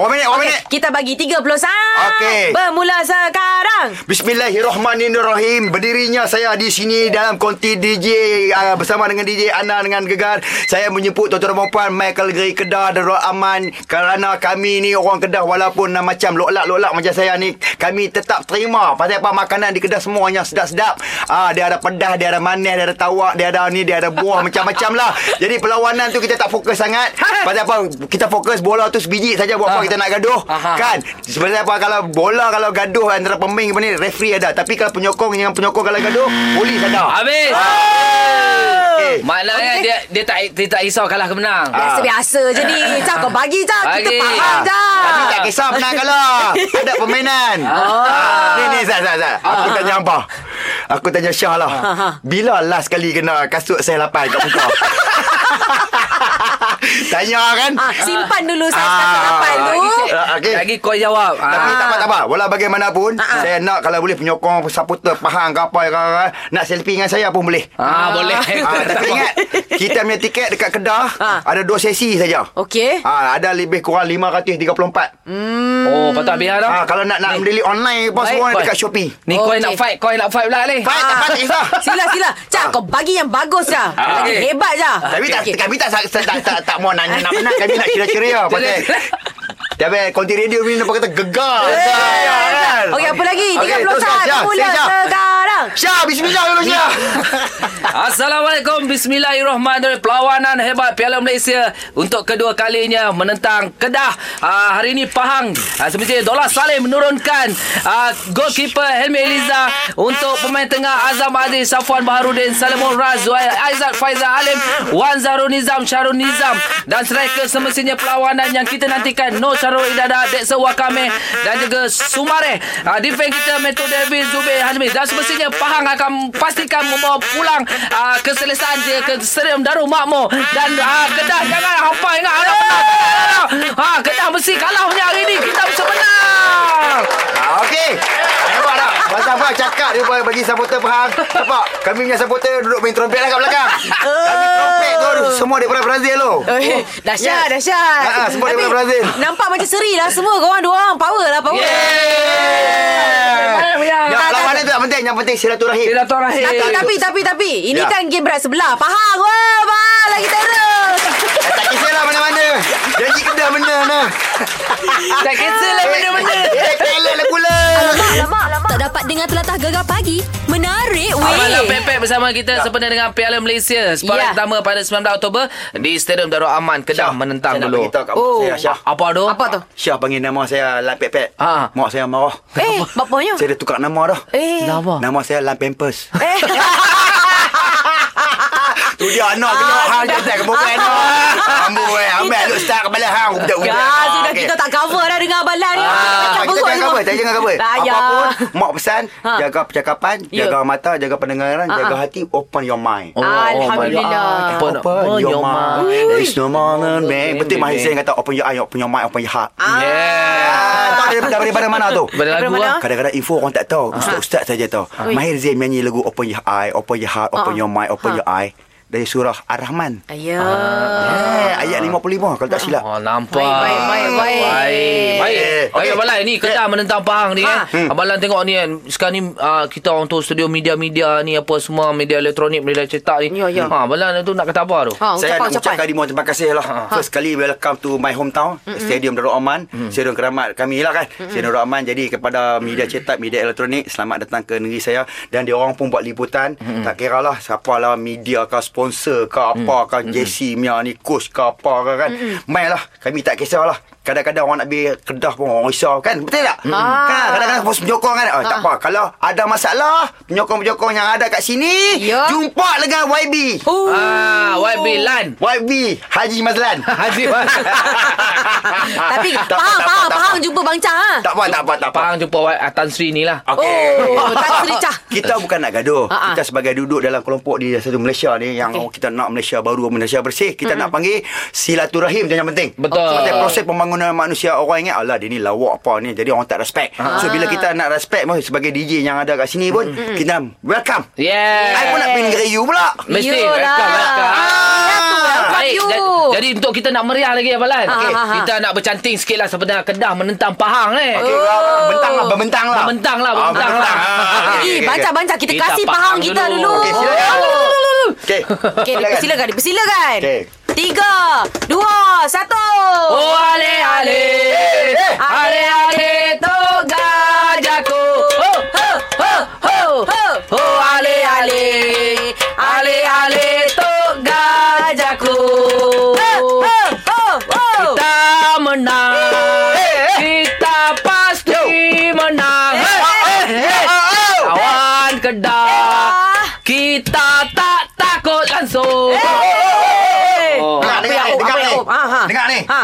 [SPEAKER 4] One minute, one
[SPEAKER 3] Ah. Okey,
[SPEAKER 4] minute.
[SPEAKER 3] Kita bagi 30 saat.
[SPEAKER 4] Okey.
[SPEAKER 3] Bermula sekarang.
[SPEAKER 4] Bismillahirrahmanirrahim. Berdirinya saya di sini dalam konti DJ uh, bersama dengan DJ Ana dengan Gegar. Saya menyebut tuan-tuan dan puan Michael Geri Kedah Darul Aman kerana kami ni orang Kedah walaupun uh, macam loklak-loklak macam saya ni kami tetap terima pasal apa makanan di Kedah semuanya sedap-sedap. Ah dia ada pedas, dia ada manis, dia ada tawak, dia ada ni, dia ada buah macam-macam lah. Jadi perlawanan tu kita tak fokus sangat. Pasal apa kita fokus bola tu sebiji saja buat apa kita nak gaduh.
[SPEAKER 2] Aha.
[SPEAKER 4] Kan? Sebenarnya apa kalau bola kalau gaduh antara pemain apa ni referee ada tapi kalau penyokong dengan penyokong kalau gaduh polis ada.
[SPEAKER 2] Habis.
[SPEAKER 4] Okey.
[SPEAKER 2] Maknanya dia dia tak dia tak risau kalah ke menang.
[SPEAKER 4] Ah.
[SPEAKER 3] Biasa-biasa je ni. Cak, kau bagi, Cak. Kita
[SPEAKER 2] Bagi.
[SPEAKER 3] faham, Cak.
[SPEAKER 4] Ah. Tapi tak kisah menang kalah. Ada permainan.
[SPEAKER 2] Ah.
[SPEAKER 4] Ah. Ni ni Zat Zat Zat. Aku tanya abah. Aku tanya Syah lah.
[SPEAKER 2] Ah.
[SPEAKER 4] Bila last kali kena kasut saya lapan kat muka? tanya kan?
[SPEAKER 3] Ah, simpan dulu saya
[SPEAKER 4] Ah.
[SPEAKER 3] ah, lapan tu.
[SPEAKER 2] Lagi, cik.
[SPEAKER 4] Ah, okey.
[SPEAKER 2] Lagi kau jawab.
[SPEAKER 4] Tapi
[SPEAKER 2] Ah.
[SPEAKER 4] tak apa tak apa. Walau bagaimanapun saya nak kalau boleh penyokong supporter Pahang ke apa ke, ke, nak selfie dengan saya pun boleh.
[SPEAKER 2] Ah, boleh.
[SPEAKER 4] Ah, tapi ingat Kita punya tiket dekat Kedah
[SPEAKER 3] Ah.
[SPEAKER 4] Ada dua sesi saja
[SPEAKER 3] Oh. Okey.
[SPEAKER 4] Ah, ada lebih kurang 534. Hmm.
[SPEAKER 2] Oh, patut habis dah.
[SPEAKER 4] Ah, kalau nak nak beli online apa
[SPEAKER 2] Baik,
[SPEAKER 4] semua
[SPEAKER 2] koi.
[SPEAKER 4] dekat Shopee.
[SPEAKER 2] Ni kau
[SPEAKER 3] Okey.
[SPEAKER 2] nak fight, kau nak fight pula ni.
[SPEAKER 4] Fight tak fight tak kisah.
[SPEAKER 3] Ah. Sila, sila. Cak, kau bagi yang bagus, Cak. Lagi
[SPEAKER 2] Okey.
[SPEAKER 3] hebat, Cak.
[SPEAKER 4] Ah. Tapi tak
[SPEAKER 3] Okey.
[SPEAKER 4] kami tak tak tak, tak, tak, tak mau nanya nak nak kami nak ceria-ceria pasal. Tapi konti radio ni nampak kata gegar. Ya, kan?
[SPEAKER 3] Eh, Okey, apa lagi?
[SPEAKER 4] Okey,
[SPEAKER 3] 30
[SPEAKER 4] teruskan,
[SPEAKER 3] saat.
[SPEAKER 4] Syah.
[SPEAKER 3] Bermula
[SPEAKER 4] Syah, Syah.
[SPEAKER 3] sekarang.
[SPEAKER 4] Syah, bismillah dulu Syah.
[SPEAKER 2] Assalamualaikum Bismillahirrahmanirrahim Perlawanan hebat Piala Malaysia Untuk kedua kalinya Menentang Kedah Ah, Hari ini Pahang uh, Seperti Dola Saleh menurunkan ah, Goalkeeper Helmi Eliza Untuk pemain tengah Azam Aziz Safwan Baharudin Salamul Raz Zuhair Aizat Faizal Alim Wan Zarul Nizam Syarul Nizam Dan striker semestinya perlawanan Yang kita nantikan No Syarul Idada Deksa Wakame Dan juga Sumareh uh, Defense kita Metro Davis Zubir Hazmi Dan semestinya Pahang akan Pastikan membawa pulang uh, Keselesaan dia Ke Serium Darul Makmur Dan uh, Kedah Jangan hampa Ingat ada menang ha, Kedah mesti kalah punya hari ini Kita mesti menang
[SPEAKER 4] Ah, okey. Nampak tak? Masa apa cakap dia boleh bagi supporter Pahang. Nampak? Kami punya supporter duduk main trompet lah kat belakang. Kami trompet tu semua daripada Brazil tu.
[SPEAKER 3] Eh, dahsyat,
[SPEAKER 4] Oh, Yes.
[SPEAKER 3] dahsyat.
[SPEAKER 4] Ah, ah, semua daripada
[SPEAKER 3] Tapi,
[SPEAKER 4] Brazil.
[SPEAKER 3] Nampak macam seri lah semua. Korang dua orang power lah, power.
[SPEAKER 4] Yeah. Yang perlawanan tu tak penting Yang penting silaturahim
[SPEAKER 2] Eh. Ya, Silaturahim
[SPEAKER 3] Tapi, tapi, tapi, tapi. Ini
[SPEAKER 4] Ya.
[SPEAKER 3] kan game berat sebelah. Faham? Wah, faham. Lagi terus.
[SPEAKER 4] Eh, Tak kisahlah mana-mana Janji kedah benda nah
[SPEAKER 2] Tak cancel lah benda-benda
[SPEAKER 4] Eh, kalah lah pula
[SPEAKER 3] Alamak, alamak.
[SPEAKER 1] Tak dapat dengar telatah gegar pagi. Menarik weh.
[SPEAKER 2] Amalan Pepek bersama kita sempena dengan Piala Malaysia separuh
[SPEAKER 3] Ya.
[SPEAKER 2] pertama pada 19 Oktober di Stadium Darul Aman Kedah
[SPEAKER 4] Syah,
[SPEAKER 2] menentang
[SPEAKER 4] saya nak
[SPEAKER 2] dulu. Oh.
[SPEAKER 4] beritahu kat mak saya, Syah.
[SPEAKER 2] Apa tu?
[SPEAKER 3] Apa tu?
[SPEAKER 4] Syah panggil nama saya Lan Pepet.
[SPEAKER 2] Ah.
[SPEAKER 4] Mak saya marah.
[SPEAKER 3] Eh, bapaknya?
[SPEAKER 4] Saya dah tukar nama dah.
[SPEAKER 3] Eh.
[SPEAKER 2] Lama.
[SPEAKER 4] Nama saya Lan Pampers.
[SPEAKER 3] Eh.
[SPEAKER 4] Tu dia anak kena
[SPEAKER 3] Ah,
[SPEAKER 4] hang
[SPEAKER 3] sudah.
[SPEAKER 4] jantan ke bukan Ambo eh, ambil lu start kepala hang budak-budak.
[SPEAKER 3] Dah, Ya, sudah
[SPEAKER 4] Okey.
[SPEAKER 3] kita tak cover dah dengan abang ni.
[SPEAKER 4] Ah,
[SPEAKER 3] Tak
[SPEAKER 4] kita
[SPEAKER 3] beruk
[SPEAKER 4] jangan
[SPEAKER 3] semua.
[SPEAKER 4] cover, kita jangan cover.
[SPEAKER 3] Payah.
[SPEAKER 4] Apa pun, mak pesan,
[SPEAKER 3] Ha.
[SPEAKER 4] jaga percakapan,
[SPEAKER 3] Ya. Ha,
[SPEAKER 4] jaga mata, jaga pendengaran, jaga hati, open your mind.
[SPEAKER 2] Oh,
[SPEAKER 3] Alhamdulillah.
[SPEAKER 2] oh, my God.
[SPEAKER 4] Open, your, mind. There's no morning, man. Betul Mahathir Zain kata, open your eye, open your mind, open your heart.
[SPEAKER 3] Ah.
[SPEAKER 4] Ah, tahu daripada, daripada mana tu?
[SPEAKER 2] Daripada lagu
[SPEAKER 3] mana?
[SPEAKER 2] lah.
[SPEAKER 4] Kadang-kadang info orang
[SPEAKER 3] Ah.
[SPEAKER 4] tak tahu. Ustaz-ustaz saja tahu. Mahir Zain menyanyi lagu Open Your Eye, Open Your Heart, Open
[SPEAKER 3] Ah.
[SPEAKER 4] Your Mind, Open Your Eye dari surah Ar-Rahman.
[SPEAKER 3] Ya. Ah,
[SPEAKER 4] Eh, ayat 55 kalau tak silap.
[SPEAKER 2] Oh, nampak.
[SPEAKER 3] Baik, baik, baik, baik.
[SPEAKER 2] Baik. Baik.
[SPEAKER 4] Eh,
[SPEAKER 2] Baik,
[SPEAKER 4] okey.
[SPEAKER 2] Abang Lai. Ni Kedah menentang Pahang ni,
[SPEAKER 3] Ha.
[SPEAKER 2] eh. Abang Lai tengok ni, kan. Sekarang ni, ah, kita orang tu studio media-media ni, apa semua, media elektronik, media cetak ni.
[SPEAKER 3] Ya, ya.
[SPEAKER 2] Ha, Abang Lai tu nak kata apa tu?
[SPEAKER 3] Ha,
[SPEAKER 4] Saya nak ucapkan
[SPEAKER 3] ucapan-ucapan.
[SPEAKER 4] ribuan terima kasih
[SPEAKER 3] Ha.
[SPEAKER 4] lah First kali welcome to my hometown Stadium Darul Aman Stadium keramat kami lah kan Stadium Darul Aman Jadi kepada media cetak Media elektronik Selamat datang ke negeri saya Dan dia orang pun buat liputan Tak kira lah Siapa lah media ke Sponsor ke apa ke JC Mia ni Coach ke apa ke kan Main lah Kami tak kisah lah Kadang-kadang orang nak pergi Kedah pun orang risau kan Betul tak?
[SPEAKER 3] Ah.
[SPEAKER 4] Kan kadang-kadang bos penyokong kan oh, Tak apa Kalau ada masalah Penyokong-penyokong yang ada kat sini
[SPEAKER 3] Ya.
[SPEAKER 4] Jumpa dengan YB
[SPEAKER 3] Oh.
[SPEAKER 2] Ah, YB Lan.
[SPEAKER 4] YB Haji Mazlan
[SPEAKER 2] Haji Mazlan.
[SPEAKER 3] Tapi
[SPEAKER 4] Ah. Tak apa,
[SPEAKER 3] Pahang,
[SPEAKER 4] tak apa,
[SPEAKER 3] Pahang,
[SPEAKER 4] tak
[SPEAKER 3] Pahang
[SPEAKER 4] apa.
[SPEAKER 3] jumpa Bang Cah. ha?
[SPEAKER 4] Tak apa tak apa tak apa
[SPEAKER 2] Pahang jumpa Wai- Tan Sri ni lah.
[SPEAKER 4] Okey
[SPEAKER 3] Oh, tak sericah.
[SPEAKER 4] kita bukan nak gaduh.
[SPEAKER 3] Ah, ah.
[SPEAKER 4] Kita sebagai duduk dalam kelompok di satu Malaysia ni yang kita nak Malaysia baru, Malaysia bersih, kita nak panggil silaturahim je yang penting.
[SPEAKER 2] Betul.
[SPEAKER 4] Sebab proses pembangunan manusia orang ingat alah dia ni lawak apa ni. Jadi orang tak respect.
[SPEAKER 2] Ha.
[SPEAKER 4] So bila kita nak respect mah, sebagai DJ yang ada kat sini pun kita welcome.
[SPEAKER 2] Yeah.
[SPEAKER 4] I pun nak pergi negeri you pula.
[SPEAKER 2] Mesti
[SPEAKER 3] Yolah.
[SPEAKER 2] welcome, welcome.
[SPEAKER 3] Ya, tu welcome
[SPEAKER 2] Baik,
[SPEAKER 3] you.
[SPEAKER 2] ja- jadi untuk kita nak meriah lagi Abang Lan. Okey,
[SPEAKER 3] ha, ha.
[SPEAKER 2] kita nak bercanting sikit lah sebenarnya Kedah menentang Pahang
[SPEAKER 3] Oh.
[SPEAKER 2] eh.
[SPEAKER 4] Okey, bentang lah, berbentang lah.
[SPEAKER 2] Berbentang lah,
[SPEAKER 4] Ah,
[SPEAKER 2] berbentang lah.
[SPEAKER 4] Ah, okey,
[SPEAKER 3] Eh,
[SPEAKER 4] okey, okey.
[SPEAKER 3] bancah-bancah kita,
[SPEAKER 2] Kita
[SPEAKER 3] kasih
[SPEAKER 2] Pahang
[SPEAKER 3] Pahang kita
[SPEAKER 2] dulu.
[SPEAKER 3] dulu.
[SPEAKER 4] Okey, silakan. Okey.
[SPEAKER 3] Okey, dipersilakan, dipersilakan.
[SPEAKER 4] Okey.
[SPEAKER 3] Tiga, dua, satu.
[SPEAKER 2] Oh ale ale. Ale ale to gajahku. Oh
[SPEAKER 3] Ho, ho, ho, ho.
[SPEAKER 2] oh ale ale. Ale ale to gajahku.
[SPEAKER 3] Ho, ho, ho, ho.
[SPEAKER 2] Kita menang. Kita pasti menang.
[SPEAKER 4] Ah, oh.
[SPEAKER 2] Kawan Kedah.
[SPEAKER 3] Ah.
[SPEAKER 2] Kita tak takut langsung.
[SPEAKER 3] Eh.
[SPEAKER 2] Oh.
[SPEAKER 3] Apa
[SPEAKER 4] Dengar, dengar
[SPEAKER 3] yang Om, apa yang
[SPEAKER 4] ni, dengar ni.
[SPEAKER 3] Om? Ah, ha.
[SPEAKER 4] Dengar ni.
[SPEAKER 3] Ha.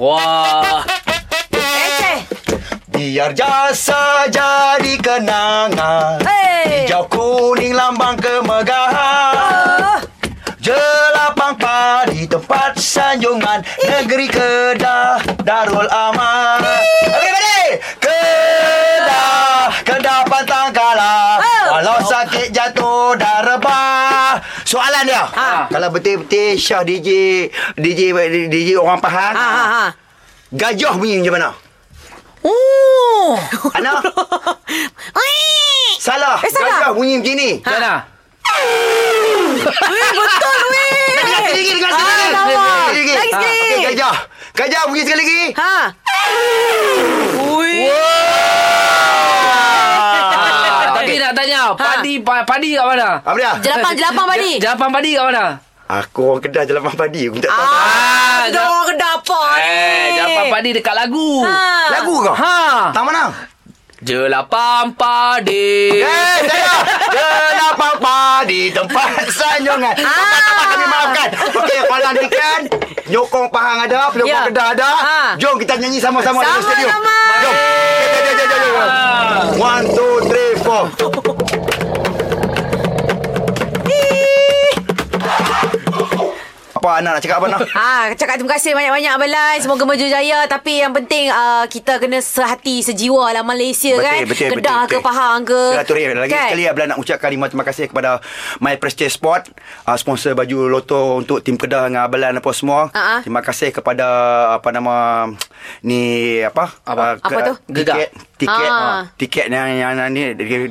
[SPEAKER 2] Wah.
[SPEAKER 3] Receh.
[SPEAKER 4] Biar jasa jadi kenangan
[SPEAKER 3] Hey.
[SPEAKER 4] Hijau kuning lambang kemegahan
[SPEAKER 3] Oh.
[SPEAKER 4] Jelapang padi tempat sanjungan Negeri Kedah Darul Aman Okey ready Kedah Kedah pantang kalah
[SPEAKER 3] Oh.
[SPEAKER 4] Walau sakit jatuh dah rebah Soalan dia
[SPEAKER 3] Ha.
[SPEAKER 4] Kalau betul-betul Syah DJ DJ DJ orang Pahang
[SPEAKER 3] Ha, ha, ha.
[SPEAKER 4] Gajah bunyi macam mana?
[SPEAKER 3] Oh.
[SPEAKER 4] Ana
[SPEAKER 3] Ui.
[SPEAKER 4] Salah
[SPEAKER 3] Eh, salah. Ha.
[SPEAKER 4] Gajah bunyi macam ni
[SPEAKER 2] Macam mana?
[SPEAKER 3] Weh, betul weh.
[SPEAKER 4] Dengar sekali lagi Dengar sekali
[SPEAKER 3] Ah,
[SPEAKER 4] lagi
[SPEAKER 3] lawak.
[SPEAKER 4] Sekali lagi
[SPEAKER 3] Lagi sekali.
[SPEAKER 4] Okey gajah Gajah bunyi sekali lagi
[SPEAKER 3] Ha. Ui. Ha.
[SPEAKER 2] Ah, tapi nak tanya, padi pa- padi kat mana?
[SPEAKER 4] Apa dia?
[SPEAKER 3] Jelapang, jelapang padi.
[SPEAKER 2] Ja- Jelapang padi kat mana?
[SPEAKER 4] Aku orang Kedah jalan padi Aku tak tahu
[SPEAKER 2] Ah,
[SPEAKER 3] Ah,
[SPEAKER 2] jap-
[SPEAKER 3] dong kedapa ni.
[SPEAKER 2] Eh, jelapang padi dekat lagu.
[SPEAKER 3] Ha.
[SPEAKER 4] Lagu kau?
[SPEAKER 2] Ha.
[SPEAKER 4] Tang mana?
[SPEAKER 2] Jelapang padi.
[SPEAKER 4] Eh, saya Kenapa padi tempat sanjungan Tempat tempat kami maafkan Okey, kalau ni kan Nyokong Pahang ada Penyokong
[SPEAKER 3] Ya.
[SPEAKER 4] Kedah ada
[SPEAKER 3] Ha.
[SPEAKER 4] Jom kita nyanyi sama-sama dalam
[SPEAKER 3] Sama-sama.
[SPEAKER 4] studio Jom Jom, jom, jom, jom, jom, jom. One, two, three, four Apa anak nak cakap apa nak?
[SPEAKER 3] Ah, cakap terima kasih banyak-banyak Abang Lai. Semoga maju jaya. Tapi yang penting uh, kita kena sehati, sejiwa lah Malaysia kan. Kedah ke Pahang ke.
[SPEAKER 4] Silaturahim. Lagi kan? sekali Abdullah nak ucapkan lima terima kasih kepada My Prestige Sport uh, sponsor baju loto untuk tim Kedah dengan Abdullah dan apa semua.
[SPEAKER 3] Ah, ah.
[SPEAKER 4] Terima kasih kepada apa nama ni apa?
[SPEAKER 2] Apa?
[SPEAKER 4] ah,
[SPEAKER 3] Apa tu?
[SPEAKER 2] Gegar.
[SPEAKER 4] Tiket tiket
[SPEAKER 3] Ah.
[SPEAKER 4] ah. tiket yang, yang, yang ni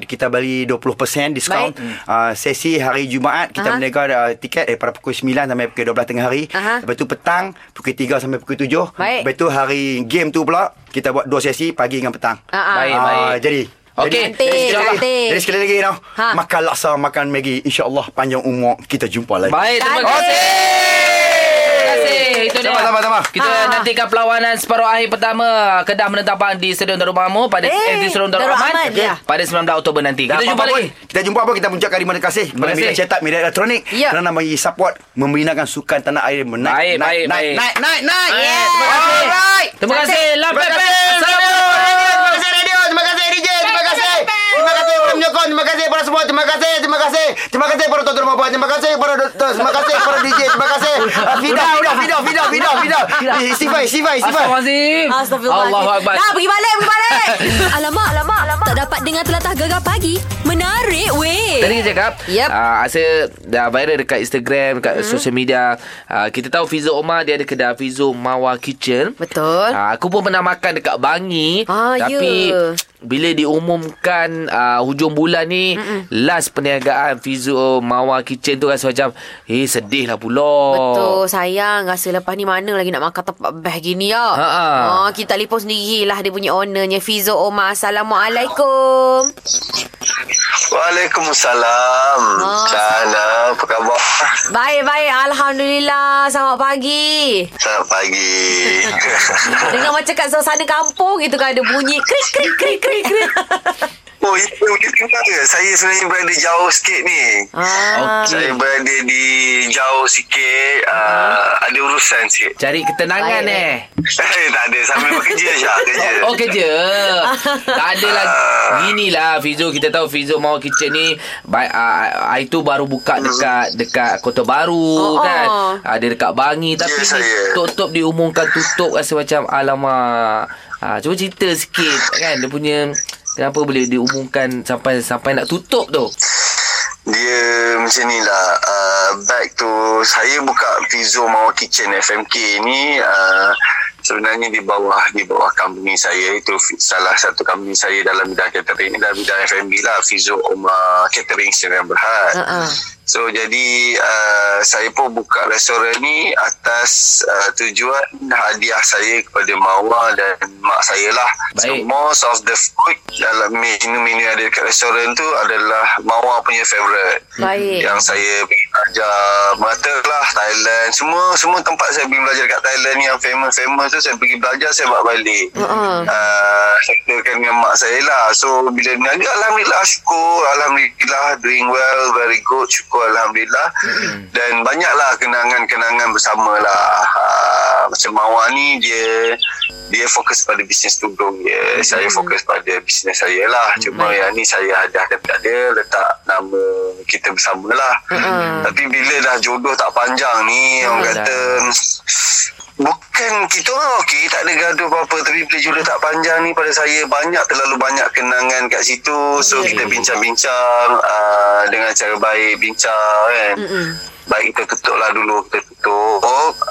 [SPEAKER 4] kita beli 20% diskaun.
[SPEAKER 3] Baik. Hmm.
[SPEAKER 4] Uh, sesi hari Jumaat kita
[SPEAKER 3] Aha.
[SPEAKER 4] uh-huh. meniaga uh, tiket daripada pukul 9 sampai pukul 12 tengah hari.
[SPEAKER 3] Aha.
[SPEAKER 4] Lepas tu petang pukul 3 sampai pukul 7.
[SPEAKER 3] Baik.
[SPEAKER 4] Lepas tu hari game tu pula kita buat dua sesi pagi dengan petang.
[SPEAKER 3] Ah, ah.
[SPEAKER 2] Baik,
[SPEAKER 4] Ah,
[SPEAKER 2] baik.
[SPEAKER 4] Jadi
[SPEAKER 2] Okey,
[SPEAKER 4] jadi, jadi,
[SPEAKER 3] cantik.
[SPEAKER 4] sekali lagi- jadi sekali lagi tau
[SPEAKER 3] Ha.
[SPEAKER 4] Makan laksa Makan Maggi InsyaAllah panjang umur Kita jumpa lagi
[SPEAKER 2] Baik, terima
[SPEAKER 3] Cantik.
[SPEAKER 2] kasih. Terima kasih. Itu dia.
[SPEAKER 4] Sama, sama, sama.
[SPEAKER 2] Kita
[SPEAKER 3] Ha.
[SPEAKER 2] nantikan perlawanan separuh akhir pertama Kedah menentang Pahang di Stadium Darul Mahamu
[SPEAKER 3] Eh,
[SPEAKER 2] pada eh, di Stadium Darul
[SPEAKER 3] Darul
[SPEAKER 2] Aman
[SPEAKER 3] Aman, ya.
[SPEAKER 2] pada 19 Oktober nanti.
[SPEAKER 4] Dah
[SPEAKER 2] Kita jumpa
[SPEAKER 4] apa-apa
[SPEAKER 2] lagi.
[SPEAKER 4] pun, Kita jumpa apa Kita mengucapkan terima kasih Kepada
[SPEAKER 2] kasih.
[SPEAKER 4] media cetak Media elektronik
[SPEAKER 3] Ya.
[SPEAKER 4] Kerana bagi support Membinakan sukan tanah air
[SPEAKER 2] Baik, baik,
[SPEAKER 4] Menaik Naik Naik
[SPEAKER 2] baik.
[SPEAKER 4] Naik Naik Naik
[SPEAKER 2] Eh,
[SPEAKER 4] Yeah.
[SPEAKER 2] terima kasih.
[SPEAKER 4] Alright.
[SPEAKER 2] Terima
[SPEAKER 3] Cantik.
[SPEAKER 2] kasih. Lampai
[SPEAKER 4] Terima
[SPEAKER 2] Pen.
[SPEAKER 4] kasih
[SPEAKER 2] Assalamualaikum.
[SPEAKER 4] Terima kasih radio Terima kasih DJ Terima kasih Terima kasih para menyokong Terima kasih para semua Terima kasih Terima kasih Terima kasih para tuan-tuan dan puan-puan Terima kasih para doktor Terima kasih para DJ Terima kasih Eh, Ah, Fidah Fidah Fidah Fidah Fidah Fidah Istifai Istifai Istifai
[SPEAKER 2] Astagfirullahaladzim. Allahu
[SPEAKER 3] Astagfirullahaladzim.
[SPEAKER 2] Akbar.
[SPEAKER 3] Dah pergi balik, pergi balik.
[SPEAKER 1] Alamak, alamak, alamak. Tak dapat dengar telatah gegar pagi. Menarik weh.
[SPEAKER 2] Tadi kita cakap
[SPEAKER 3] Yep.
[SPEAKER 2] uh, Asa dah viral dekat Instagram Dekat mm-hmm. social media uh, Kita tahu Fizo Omar Dia ada kedai Fizo Mawa Kitchen
[SPEAKER 3] Betul.
[SPEAKER 2] uh, Aku pun pernah makan dekat Bangi
[SPEAKER 3] Ah,
[SPEAKER 2] Tapi
[SPEAKER 3] ya.
[SPEAKER 2] Bila diumumkan uh, Hujung bulan ni Mm-mm. Last perniagaan Fizo Mawa Kitchen tu Rasa macam Eh sedih lah pula
[SPEAKER 3] Betul sayang Rasa lepas ni mana lagi nak makan tempat best gini ya
[SPEAKER 2] Ha, ha.
[SPEAKER 3] Ah, Kita telefon sendirilah Dia punya ownernya Fizo Omar Assalamualaikum
[SPEAKER 5] Waalaikumsalam.
[SPEAKER 3] Ah.
[SPEAKER 5] Sana, apa khabar?
[SPEAKER 3] Baik-baik Alhamdulillah Selamat pagi
[SPEAKER 5] Selamat pagi.
[SPEAKER 3] Dengar macam kat suasana kampung Itu kan ada bunyi Krik krik krik krik krik
[SPEAKER 5] oh, itu boleh dengar ke? Saya sebenarnya berada jauh sikit ni.
[SPEAKER 3] ah,
[SPEAKER 2] Okey.
[SPEAKER 5] Saya berada di jauh sikit.
[SPEAKER 3] Ah.
[SPEAKER 5] Uh, ada urusan sikit.
[SPEAKER 2] Cari ketenangan
[SPEAKER 3] Baik,
[SPEAKER 2] eh
[SPEAKER 5] tak ada, sambil bekerja Syah. Kerja.
[SPEAKER 2] Oh kerja Tak ada lah Gini lah Fizo Kita tahu Fizo Mawar Kitchen ni ba- ah, ah, Itu baru buka dekat Dekat Kota Baru
[SPEAKER 3] Oh,
[SPEAKER 2] kan
[SPEAKER 3] oh.
[SPEAKER 2] Ada dekat Bangi Tapi
[SPEAKER 5] Ya,
[SPEAKER 2] ni
[SPEAKER 5] saya.
[SPEAKER 2] Top-top diumumkan tutup Rasa macam Alamak ah, Cuba cerita sikit Kan dia punya Kenapa boleh diumumkan Sampai sampai nak tutup tu
[SPEAKER 5] Dia macam ni lah uh, Back tu Saya buka Pizzo Mawar Kitchen FMK ni uh, Sebenarnya di bawah Di bawah company saya Itu fi- salah satu company saya Dalam bidang catering ni Dalam bidang F&B lah Pizzo Omar Catering Sdn Berhad
[SPEAKER 3] Ah, ah.
[SPEAKER 5] So jadi uh, saya pun buka restoran ni atas uh, tujuan hadiah saya kepada Mawar dan mak saya lah. So
[SPEAKER 2] Baik.
[SPEAKER 5] most of the food dalam menu-menu yang ada dekat restoran tu adalah Mawar punya favourite.
[SPEAKER 3] Baik
[SPEAKER 5] Yang saya pergi belajar Melaka lah Thailand Semua semua tempat saya pergi belajar Dekat Thailand ni Yang famous-famous tu Saya pergi belajar Saya bawa balik
[SPEAKER 3] Mm-mm.
[SPEAKER 5] uh, Saya kenalkan dengan mak saya lah So bila niaga Alhamdulillah Syukur Alhamdulillah Doing well Very good Syukur Alhamdulillah Dan banyaklah Kenangan-kenangan bersama lah uh, Macam Mawar ni Dia dia fokus pada bisnes tudung dia. Saya fokus pada bisnes saya lah. Cuma yang ni saya hadiah daripada dia letak nama kita bersama lah. Tapi bila dah jodoh tak panjang ni orang
[SPEAKER 2] Alah.
[SPEAKER 5] kata Bukan kita orang okey tak ada gaduh apa-apa tapi bila jodoh tak panjang ni pada saya banyak terlalu banyak kenangan kat situ so
[SPEAKER 2] Okay.
[SPEAKER 5] kita bincang-bincang uh, dengan cara baik bincang kan baik kita tutup lah dulu kita tutup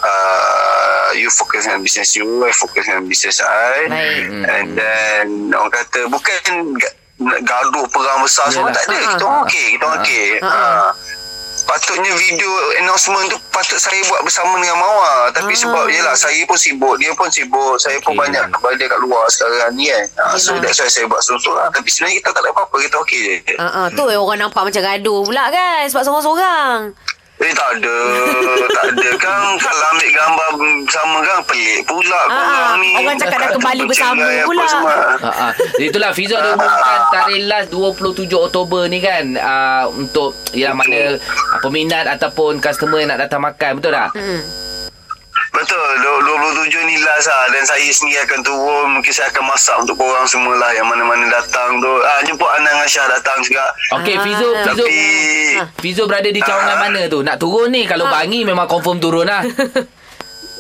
[SPEAKER 5] uh, you focus on business you I focus on business I
[SPEAKER 3] Baik.
[SPEAKER 5] and then orang kata bukan ga- gaduh perang besar semua
[SPEAKER 2] Yalah.
[SPEAKER 5] tak ada
[SPEAKER 3] Ha-ha.
[SPEAKER 5] kita orang okey kita orang okey uh, patutnya video announcement tu patut saya buat bersama dengan Mawar tapi sebab
[SPEAKER 3] Ah.
[SPEAKER 5] yelah saya pun sibuk dia pun sibuk saya pun
[SPEAKER 2] Okey.
[SPEAKER 5] banyak berada kat luar sekarang ni kan uh, so that's why saya buat seluruh lah tapi sebenarnya kita tak ada apa-apa kita okey je
[SPEAKER 3] Ah, ah. Tu eh, orang nampak macam gaduh pula kan Sebab seorang-seorang
[SPEAKER 5] Eh tak ada Tak ada Kang Kalau ambil gambar Sama kan Pelik pula
[SPEAKER 3] Ah,
[SPEAKER 5] korang ni
[SPEAKER 3] orang cakap dah
[SPEAKER 5] Tak ada
[SPEAKER 3] kembali bersama
[SPEAKER 5] pencerai apa
[SPEAKER 3] pula.
[SPEAKER 5] semua.
[SPEAKER 2] Ha, ha. Itulah Fizo ada umumkan tarikh last 27 Oktober ni kan uh, untuk ialah mana ah, peminat ataupun customer yang nak datang makan betul tak?
[SPEAKER 3] Hmm.
[SPEAKER 5] Betul du- 27 ni last lah Dan saya sendiri akan turun Mungkin saya akan masak Untuk korang semualah Yang mana-mana datang tu ah, Jemput Anang Asyah datang juga
[SPEAKER 2] Okey
[SPEAKER 3] Ah.
[SPEAKER 2] Fizo Fizo
[SPEAKER 5] Tapi
[SPEAKER 3] Ah.
[SPEAKER 2] Fizo berada di cawangan mana tu? Nak turun ni kalau bangi memang confirm turun lah.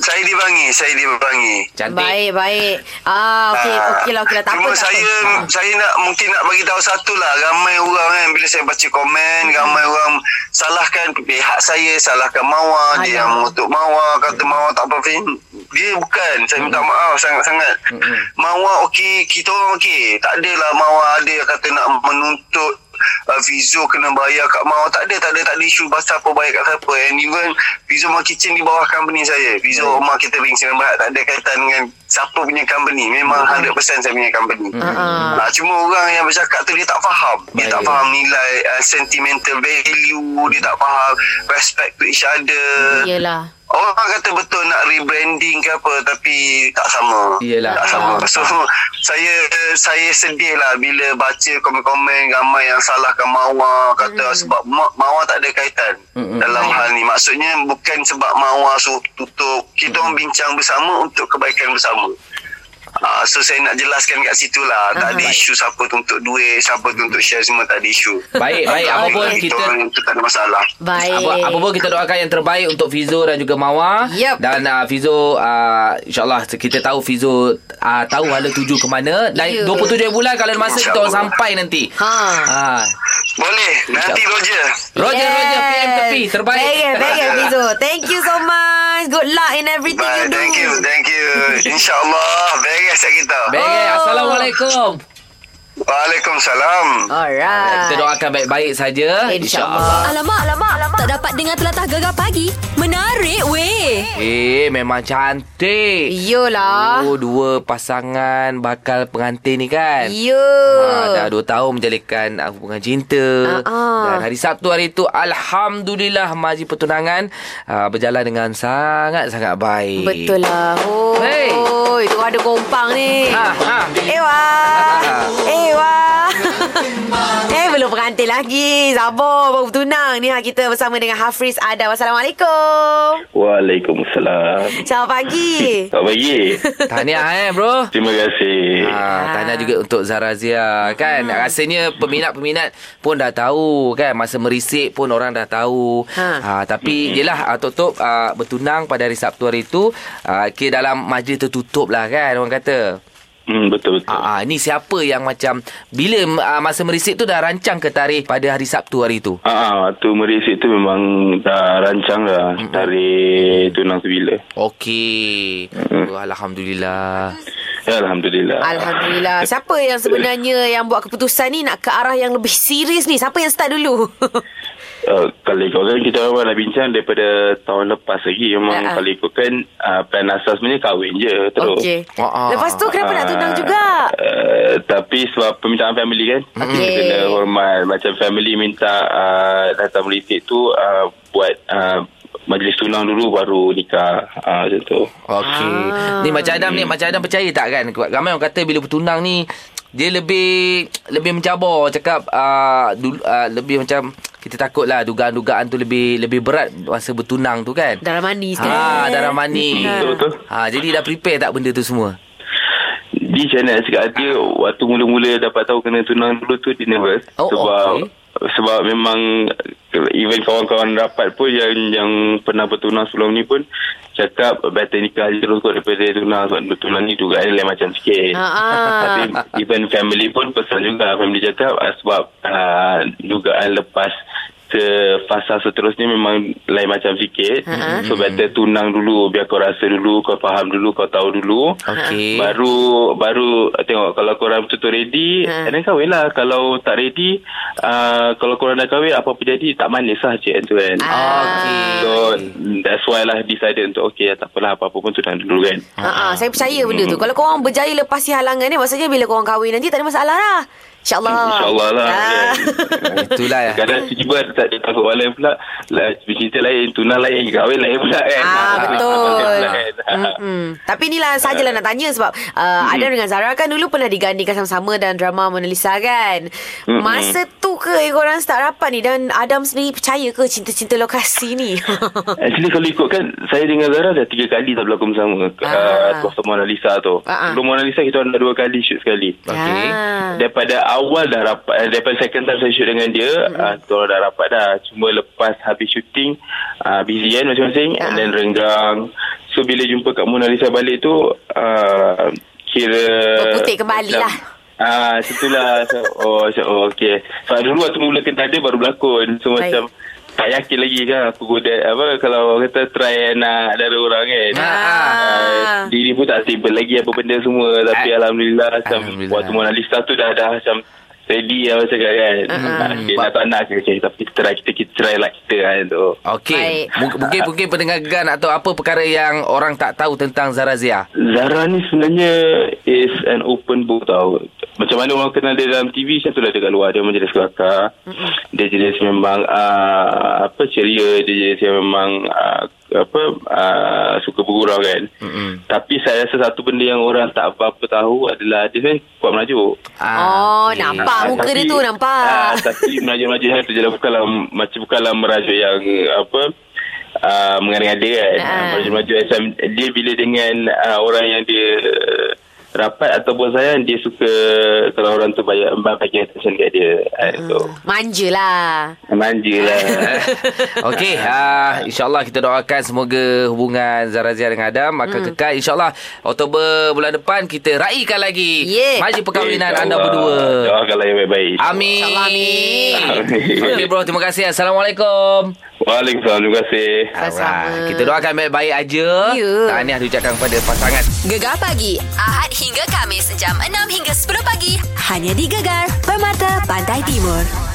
[SPEAKER 5] saya dibangi, saya dibangi.
[SPEAKER 2] Cantik.
[SPEAKER 3] Baik, baik. Ah, okey,
[SPEAKER 5] Ah,
[SPEAKER 3] okeylah, okeylah. Tak apa,
[SPEAKER 5] Cuma
[SPEAKER 3] tak
[SPEAKER 5] saya
[SPEAKER 3] apa. Ah.
[SPEAKER 5] saya nak mungkin nak bagi tahu satu lah ramai orang kan bila saya baca komen
[SPEAKER 3] Hmm.
[SPEAKER 5] ramai orang salahkan pihak saya salahkan Mawar dia
[SPEAKER 3] Alah.
[SPEAKER 5] yang mengutuk Mawar kata Mawar tak apa Fin dia bukan saya minta maaf sangat-sangat Mawar okey kita orang okey tak adalah Mawar ada yang kata nak menuntut Uh, Fizo kena bayar kat Mawar tak ada tak ada tak ada isu pasal apa bayar kat siapa and even Fizo Mawar Kitchen di bawah company saya Fizo hmm. Mawar Catering Sinan Berhad tak ada kaitan dengan siapa punya company memang 100% saya punya company hmm. uh, cuma orang yang bercakap tu dia tak faham dia tak
[SPEAKER 2] Baik.
[SPEAKER 5] faham nilai uh, sentimental value dia tak faham respect to each other
[SPEAKER 3] Yelah.
[SPEAKER 5] Orang kata betul nak rebranding ke apa tapi tak sama.
[SPEAKER 2] Yelah.
[SPEAKER 5] Tak sama. So saya saya sedih lah bila baca komen-komen ramai yang salahkan Mawar kata mm. sebab Ma- Mawar tak ada kaitan mm dalam hal ni. Maksudnya bukan sebab Mawar suruh tutup. Kita orang bincang bersama untuk kebaikan bersama. Ah, so saya nak jelaskan kat situ lah. Tak ada isu siapa tuntut duit, siapa tuntut share semua tak ada isu.
[SPEAKER 2] Baik, baik. Apa pun
[SPEAKER 5] Kita
[SPEAKER 2] kita
[SPEAKER 5] orang itu tak ada masalah.
[SPEAKER 3] Baik.
[SPEAKER 2] Apa, apa pun kita doakan yang terbaik untuk Fizo dan juga Mawar
[SPEAKER 3] Yup.
[SPEAKER 2] dan uh, Fizo uh, insyaallah kita tahu Fizo uh, tahu hala tuju ke mana dan
[SPEAKER 3] Ya.
[SPEAKER 2] 27 bulan kalau masa kita orang
[SPEAKER 5] InsyaAllah.
[SPEAKER 2] sampai nanti.
[SPEAKER 3] Ha.
[SPEAKER 2] Ha.
[SPEAKER 5] Boleh, nanti Roger.
[SPEAKER 2] Roger Roger PM tepi terbaik.
[SPEAKER 3] Baik, eh, baik, eh, Fizo. Thank you so much. Good luck in everything you
[SPEAKER 5] Bye,
[SPEAKER 3] do.
[SPEAKER 5] thank you, thank you. InsyaAllah, beres set kita.
[SPEAKER 2] Baik, eh.
[SPEAKER 3] Oh.
[SPEAKER 2] Assalamualaikum.
[SPEAKER 5] Waalaikumsalam.
[SPEAKER 3] Alright.
[SPEAKER 2] Kita doakan baik-baik saja
[SPEAKER 3] Ah, InsyaAllah.
[SPEAKER 1] Alamak, alamak, alamak. Tak dapat dengar telatah gegar pagi. Menarik weh.
[SPEAKER 2] Eh, memang cantik.
[SPEAKER 3] Yolah.
[SPEAKER 2] Oh, dua pasangan bakal pengantin ni kan.
[SPEAKER 3] Yo.
[SPEAKER 1] Ah,
[SPEAKER 2] Ha, dah dua tahun menjalikan uh, hubungan cinta
[SPEAKER 3] Ah-ah.
[SPEAKER 2] Dan hari Sabtu hari itu Alhamdulillah majlis pertunangan uh, Berjalan dengan sangat-sangat baik
[SPEAKER 3] Betul lah. Oh,
[SPEAKER 2] Hey.
[SPEAKER 3] oh itu ada kompang ni. Eh,
[SPEAKER 2] ha, ha.
[SPEAKER 3] Ewa.
[SPEAKER 1] Ha.
[SPEAKER 3] Ewa. Eh belum pengantin lagi Sabar baru bertunang Ni ha, kita bersama dengan Hafiz Adam Assalamualaikum
[SPEAKER 6] Waalaikumsalam.
[SPEAKER 3] Selamat pagi
[SPEAKER 6] Selamat pagi.
[SPEAKER 2] Tahniah eh bro
[SPEAKER 6] Terima kasih.
[SPEAKER 2] Ha, tahniah juga untuk Zarazia kan hmm. Rasanya peminat-peminat pun dah tahu kan Masa merisik pun orang dah tahu ha.
[SPEAKER 3] Ha.
[SPEAKER 2] Tapi yelah ah, Tok Tok ah, bertunang pada hari Sabtu hari itu uh, Kira dalam majlis tertutup lah kan orang kata
[SPEAKER 6] Hmm, betul betul.
[SPEAKER 2] Ah, ah ni siapa yang macam bila ah, masa merisik tu dah rancang ke tarikh pada hari Sabtu hari tu?
[SPEAKER 6] Ah, ah, waktu merisik tu memang dah rancang lah
[SPEAKER 3] Hmm.
[SPEAKER 6] tarik tunang sebila.
[SPEAKER 2] Okey. Oh, Alhamdulillah.
[SPEAKER 6] Ya, Alhamdulillah.
[SPEAKER 3] Alhamdulillah Siapa yang sebenarnya Yang buat keputusan ni Nak ke arah yang lebih serius ni Siapa yang start dulu
[SPEAKER 6] Uh, kalau ikutkan kita awal dah bincang daripada tahun lepas lagi memang
[SPEAKER 3] Ah, ah.
[SPEAKER 6] kalau ikutkan uh, plan asas sebenarnya kahwin je terus.
[SPEAKER 3] Okey
[SPEAKER 2] Ah, ah.
[SPEAKER 3] Lepas tu kenapa nak
[SPEAKER 6] Ah,
[SPEAKER 3] tunang juga
[SPEAKER 6] Uh, tapi sebab permintaan family kan.
[SPEAKER 3] Okey.
[SPEAKER 6] Kita kena hormat. Macam family minta uh, datang melitik tu uh, buat uh, majlis tunang dulu baru nikah. Uh, macam tu.
[SPEAKER 2] Okey.
[SPEAKER 3] Ah.
[SPEAKER 2] Ni macam Adam ni, macam Adam percaya tak kan? Sebab Ramai orang kata bila bertunang ni dia lebih lebih mencabar cakap ah, dulu, ah, lebih macam kita takutlah dugaan-dugaan tu lebih lebih berat masa bertunang tu kan.
[SPEAKER 3] Darah manis kan
[SPEAKER 2] Ha, darah manis.
[SPEAKER 6] Betul, betul.
[SPEAKER 2] Ha, jadi dah prepare tak benda tu semua?
[SPEAKER 6] Di channel cakap dia waktu mula-mula dapat tahu kena tunang dulu tu dia nervous.
[SPEAKER 2] Oh,
[SPEAKER 6] sebab
[SPEAKER 2] okey.
[SPEAKER 6] sebab memang even kawan-kawan rapat pun yang yang pernah bertunang sebelum ni pun cakap better nikah je terus kot daripada tunang sebab bertunang ni dugaan dia lain macam sikit.
[SPEAKER 3] Ah, ah.
[SPEAKER 6] Tapi even family pun pesan juga family cakap ah, sebab ah, dugaan lepas se fasa seterusnya memang lain macam sikit. So better tunang dulu biar kau rasa dulu, kau faham dulu, kau tahu dulu.
[SPEAKER 2] Okey.
[SPEAKER 6] Baru baru tengok kalau korang betul-betul ready,
[SPEAKER 3] Ha.
[SPEAKER 6] ha. then kahwin lah. Kalau tak ready, uh, kalau korang dah kahwin, apa-apa jadi tak manis lah cik tu kan.
[SPEAKER 2] Ah. Okey.
[SPEAKER 6] So, that's why lah decided untuk okay, tak apalah apa-apa pun tunang dulu kan.
[SPEAKER 3] Ha ah, saya percaya benda
[SPEAKER 6] Hmm.
[SPEAKER 3] tu. Kalau korang berjaya lepasi halangan ni maksudnya bila korang kahwin nanti tak ada masalah lah. InsyaAllah.
[SPEAKER 6] InsyaAllah lah.
[SPEAKER 3] Ah.
[SPEAKER 6] Kan?
[SPEAKER 2] Itulah.
[SPEAKER 6] Kadang tiba tak ada takut orang lain pula. Lah, cerita lain, tunang lain, kahwin lain pula kan.
[SPEAKER 3] Ah, betul. Mm.
[SPEAKER 6] Ha.
[SPEAKER 3] Mm-mm. Tapi
[SPEAKER 6] Ah.
[SPEAKER 3] inilah sajalah nak tanya sebab uh,
[SPEAKER 6] Hmm.
[SPEAKER 3] Adam dengan Zara kan dulu pernah digandingkan sama-sama dan drama Mona Lisa kan.
[SPEAKER 6] Mm-mm.
[SPEAKER 3] Masa tu ke eh, korang start rapat ni dan Adam sendiri percaya ke cinta-cinta lokasi ni?
[SPEAKER 6] Actually kalau ikutkan Saya dengan Zara dah tiga kali tak berlakon bersama
[SPEAKER 3] Ah.
[SPEAKER 6] ah. uh, Waktu Mona Lisa tu
[SPEAKER 3] Ah, ah.
[SPEAKER 6] Sebelum Mona Lisa kita orang dah dua kali shoot sekali
[SPEAKER 2] Okey.
[SPEAKER 3] Ah.
[SPEAKER 6] Daripada awal dah rapat eh, Daripada second time saya shoot dengan dia ah, Kita orang dah
[SPEAKER 3] Ah.
[SPEAKER 6] rapat dah Cuma lepas habis shooting ah, Busy kan masing-masing And then renggang So bila jumpa Kak Mona Lisa balik tu uh, kira
[SPEAKER 3] Berputik kembali
[SPEAKER 6] macam-
[SPEAKER 3] lah.
[SPEAKER 6] Ah, situlah. So, oh, so, oh okey. Sebab so, dulu waktu mula kena ada baru berlakon.
[SPEAKER 3] Baik.
[SPEAKER 6] So Baik. macam tak yakin lagi kan aku goda apa kalau orang kata try nak dari orang kan.
[SPEAKER 2] Ah, ah.
[SPEAKER 6] Ah, diri pun tak stable lagi apa benda semua tapi
[SPEAKER 2] Ah.
[SPEAKER 6] alhamdulillah macam
[SPEAKER 2] Alhamdulillah.
[SPEAKER 6] waktu Mona Lisa tu dah dah macam ready lah macam kan. Uh-huh. Okay, nak tak nak okay, tapi kita try kita, kita try lah kita kan tu.
[SPEAKER 2] Okey.
[SPEAKER 3] Baik.
[SPEAKER 2] Mung- Mungkin mungkin pendengar Gan atau apa perkara yang orang tak tahu tentang Zara Zia.
[SPEAKER 6] Zara ni sebenarnya is an open book tau. Macam mana orang kenal dia dalam TV, macam tu lah dekat luar. Dia memang jenis kelakar. Dia jenis memang uh, apa ceria. Dia jenis yang memang uh, apa uh, suka bergurau kan. Mm-hmm. Tapi saya rasa satu benda yang orang tak apa-apa tahu adalah dia sebenarnya kuat merajuk.
[SPEAKER 2] Ah,
[SPEAKER 3] Oh, nampak
[SPEAKER 6] Ah,
[SPEAKER 3] muka
[SPEAKER 6] tapi-
[SPEAKER 3] dia tu nampak.
[SPEAKER 6] Ah, tapi merajuk-merajuk saya tu je lah. Bukanlah, macam bukanlah merajuk yang apa, uh, mengada-ngada kan.
[SPEAKER 3] Ah.
[SPEAKER 6] Ah. Merajuk-merajuk macam dia bila dengan uh, orang yang dia uh, rapat ataupun saya dia suka kalau orang tu bayar bagi attention kat dia. Ah, So,
[SPEAKER 3] Manja lah.
[SPEAKER 6] manja lah.
[SPEAKER 2] Okey, uh, insyaallah kita doakan semoga hubungan Zara Zia dengan Adam akan
[SPEAKER 3] Hmm.
[SPEAKER 2] kekal. Insyaallah Oktober bulan depan kita raikan lagi
[SPEAKER 3] Yeah.
[SPEAKER 2] maju perkahwinan
[SPEAKER 6] Eh,
[SPEAKER 2] anda
[SPEAKER 6] insyaAllah.
[SPEAKER 2] berdua.
[SPEAKER 6] Doakanlah yang baik-baik.
[SPEAKER 3] Ah.
[SPEAKER 2] Amin.
[SPEAKER 3] InsyaAllah, amin.
[SPEAKER 2] Okey bro, terima kasih. Assalamualaikum.
[SPEAKER 6] Waalaikumsalam. Terima kasih.
[SPEAKER 3] Sama-sama.
[SPEAKER 2] Alright, Kita doakan baik-baik aja.
[SPEAKER 3] Ya.
[SPEAKER 2] Tahniah diucapkan kepada pasangan.
[SPEAKER 1] Gegar pagi Ahad hingga Kamis jam 6 hingga 10 pagi hanya di Gegar Permata Pantai Timur.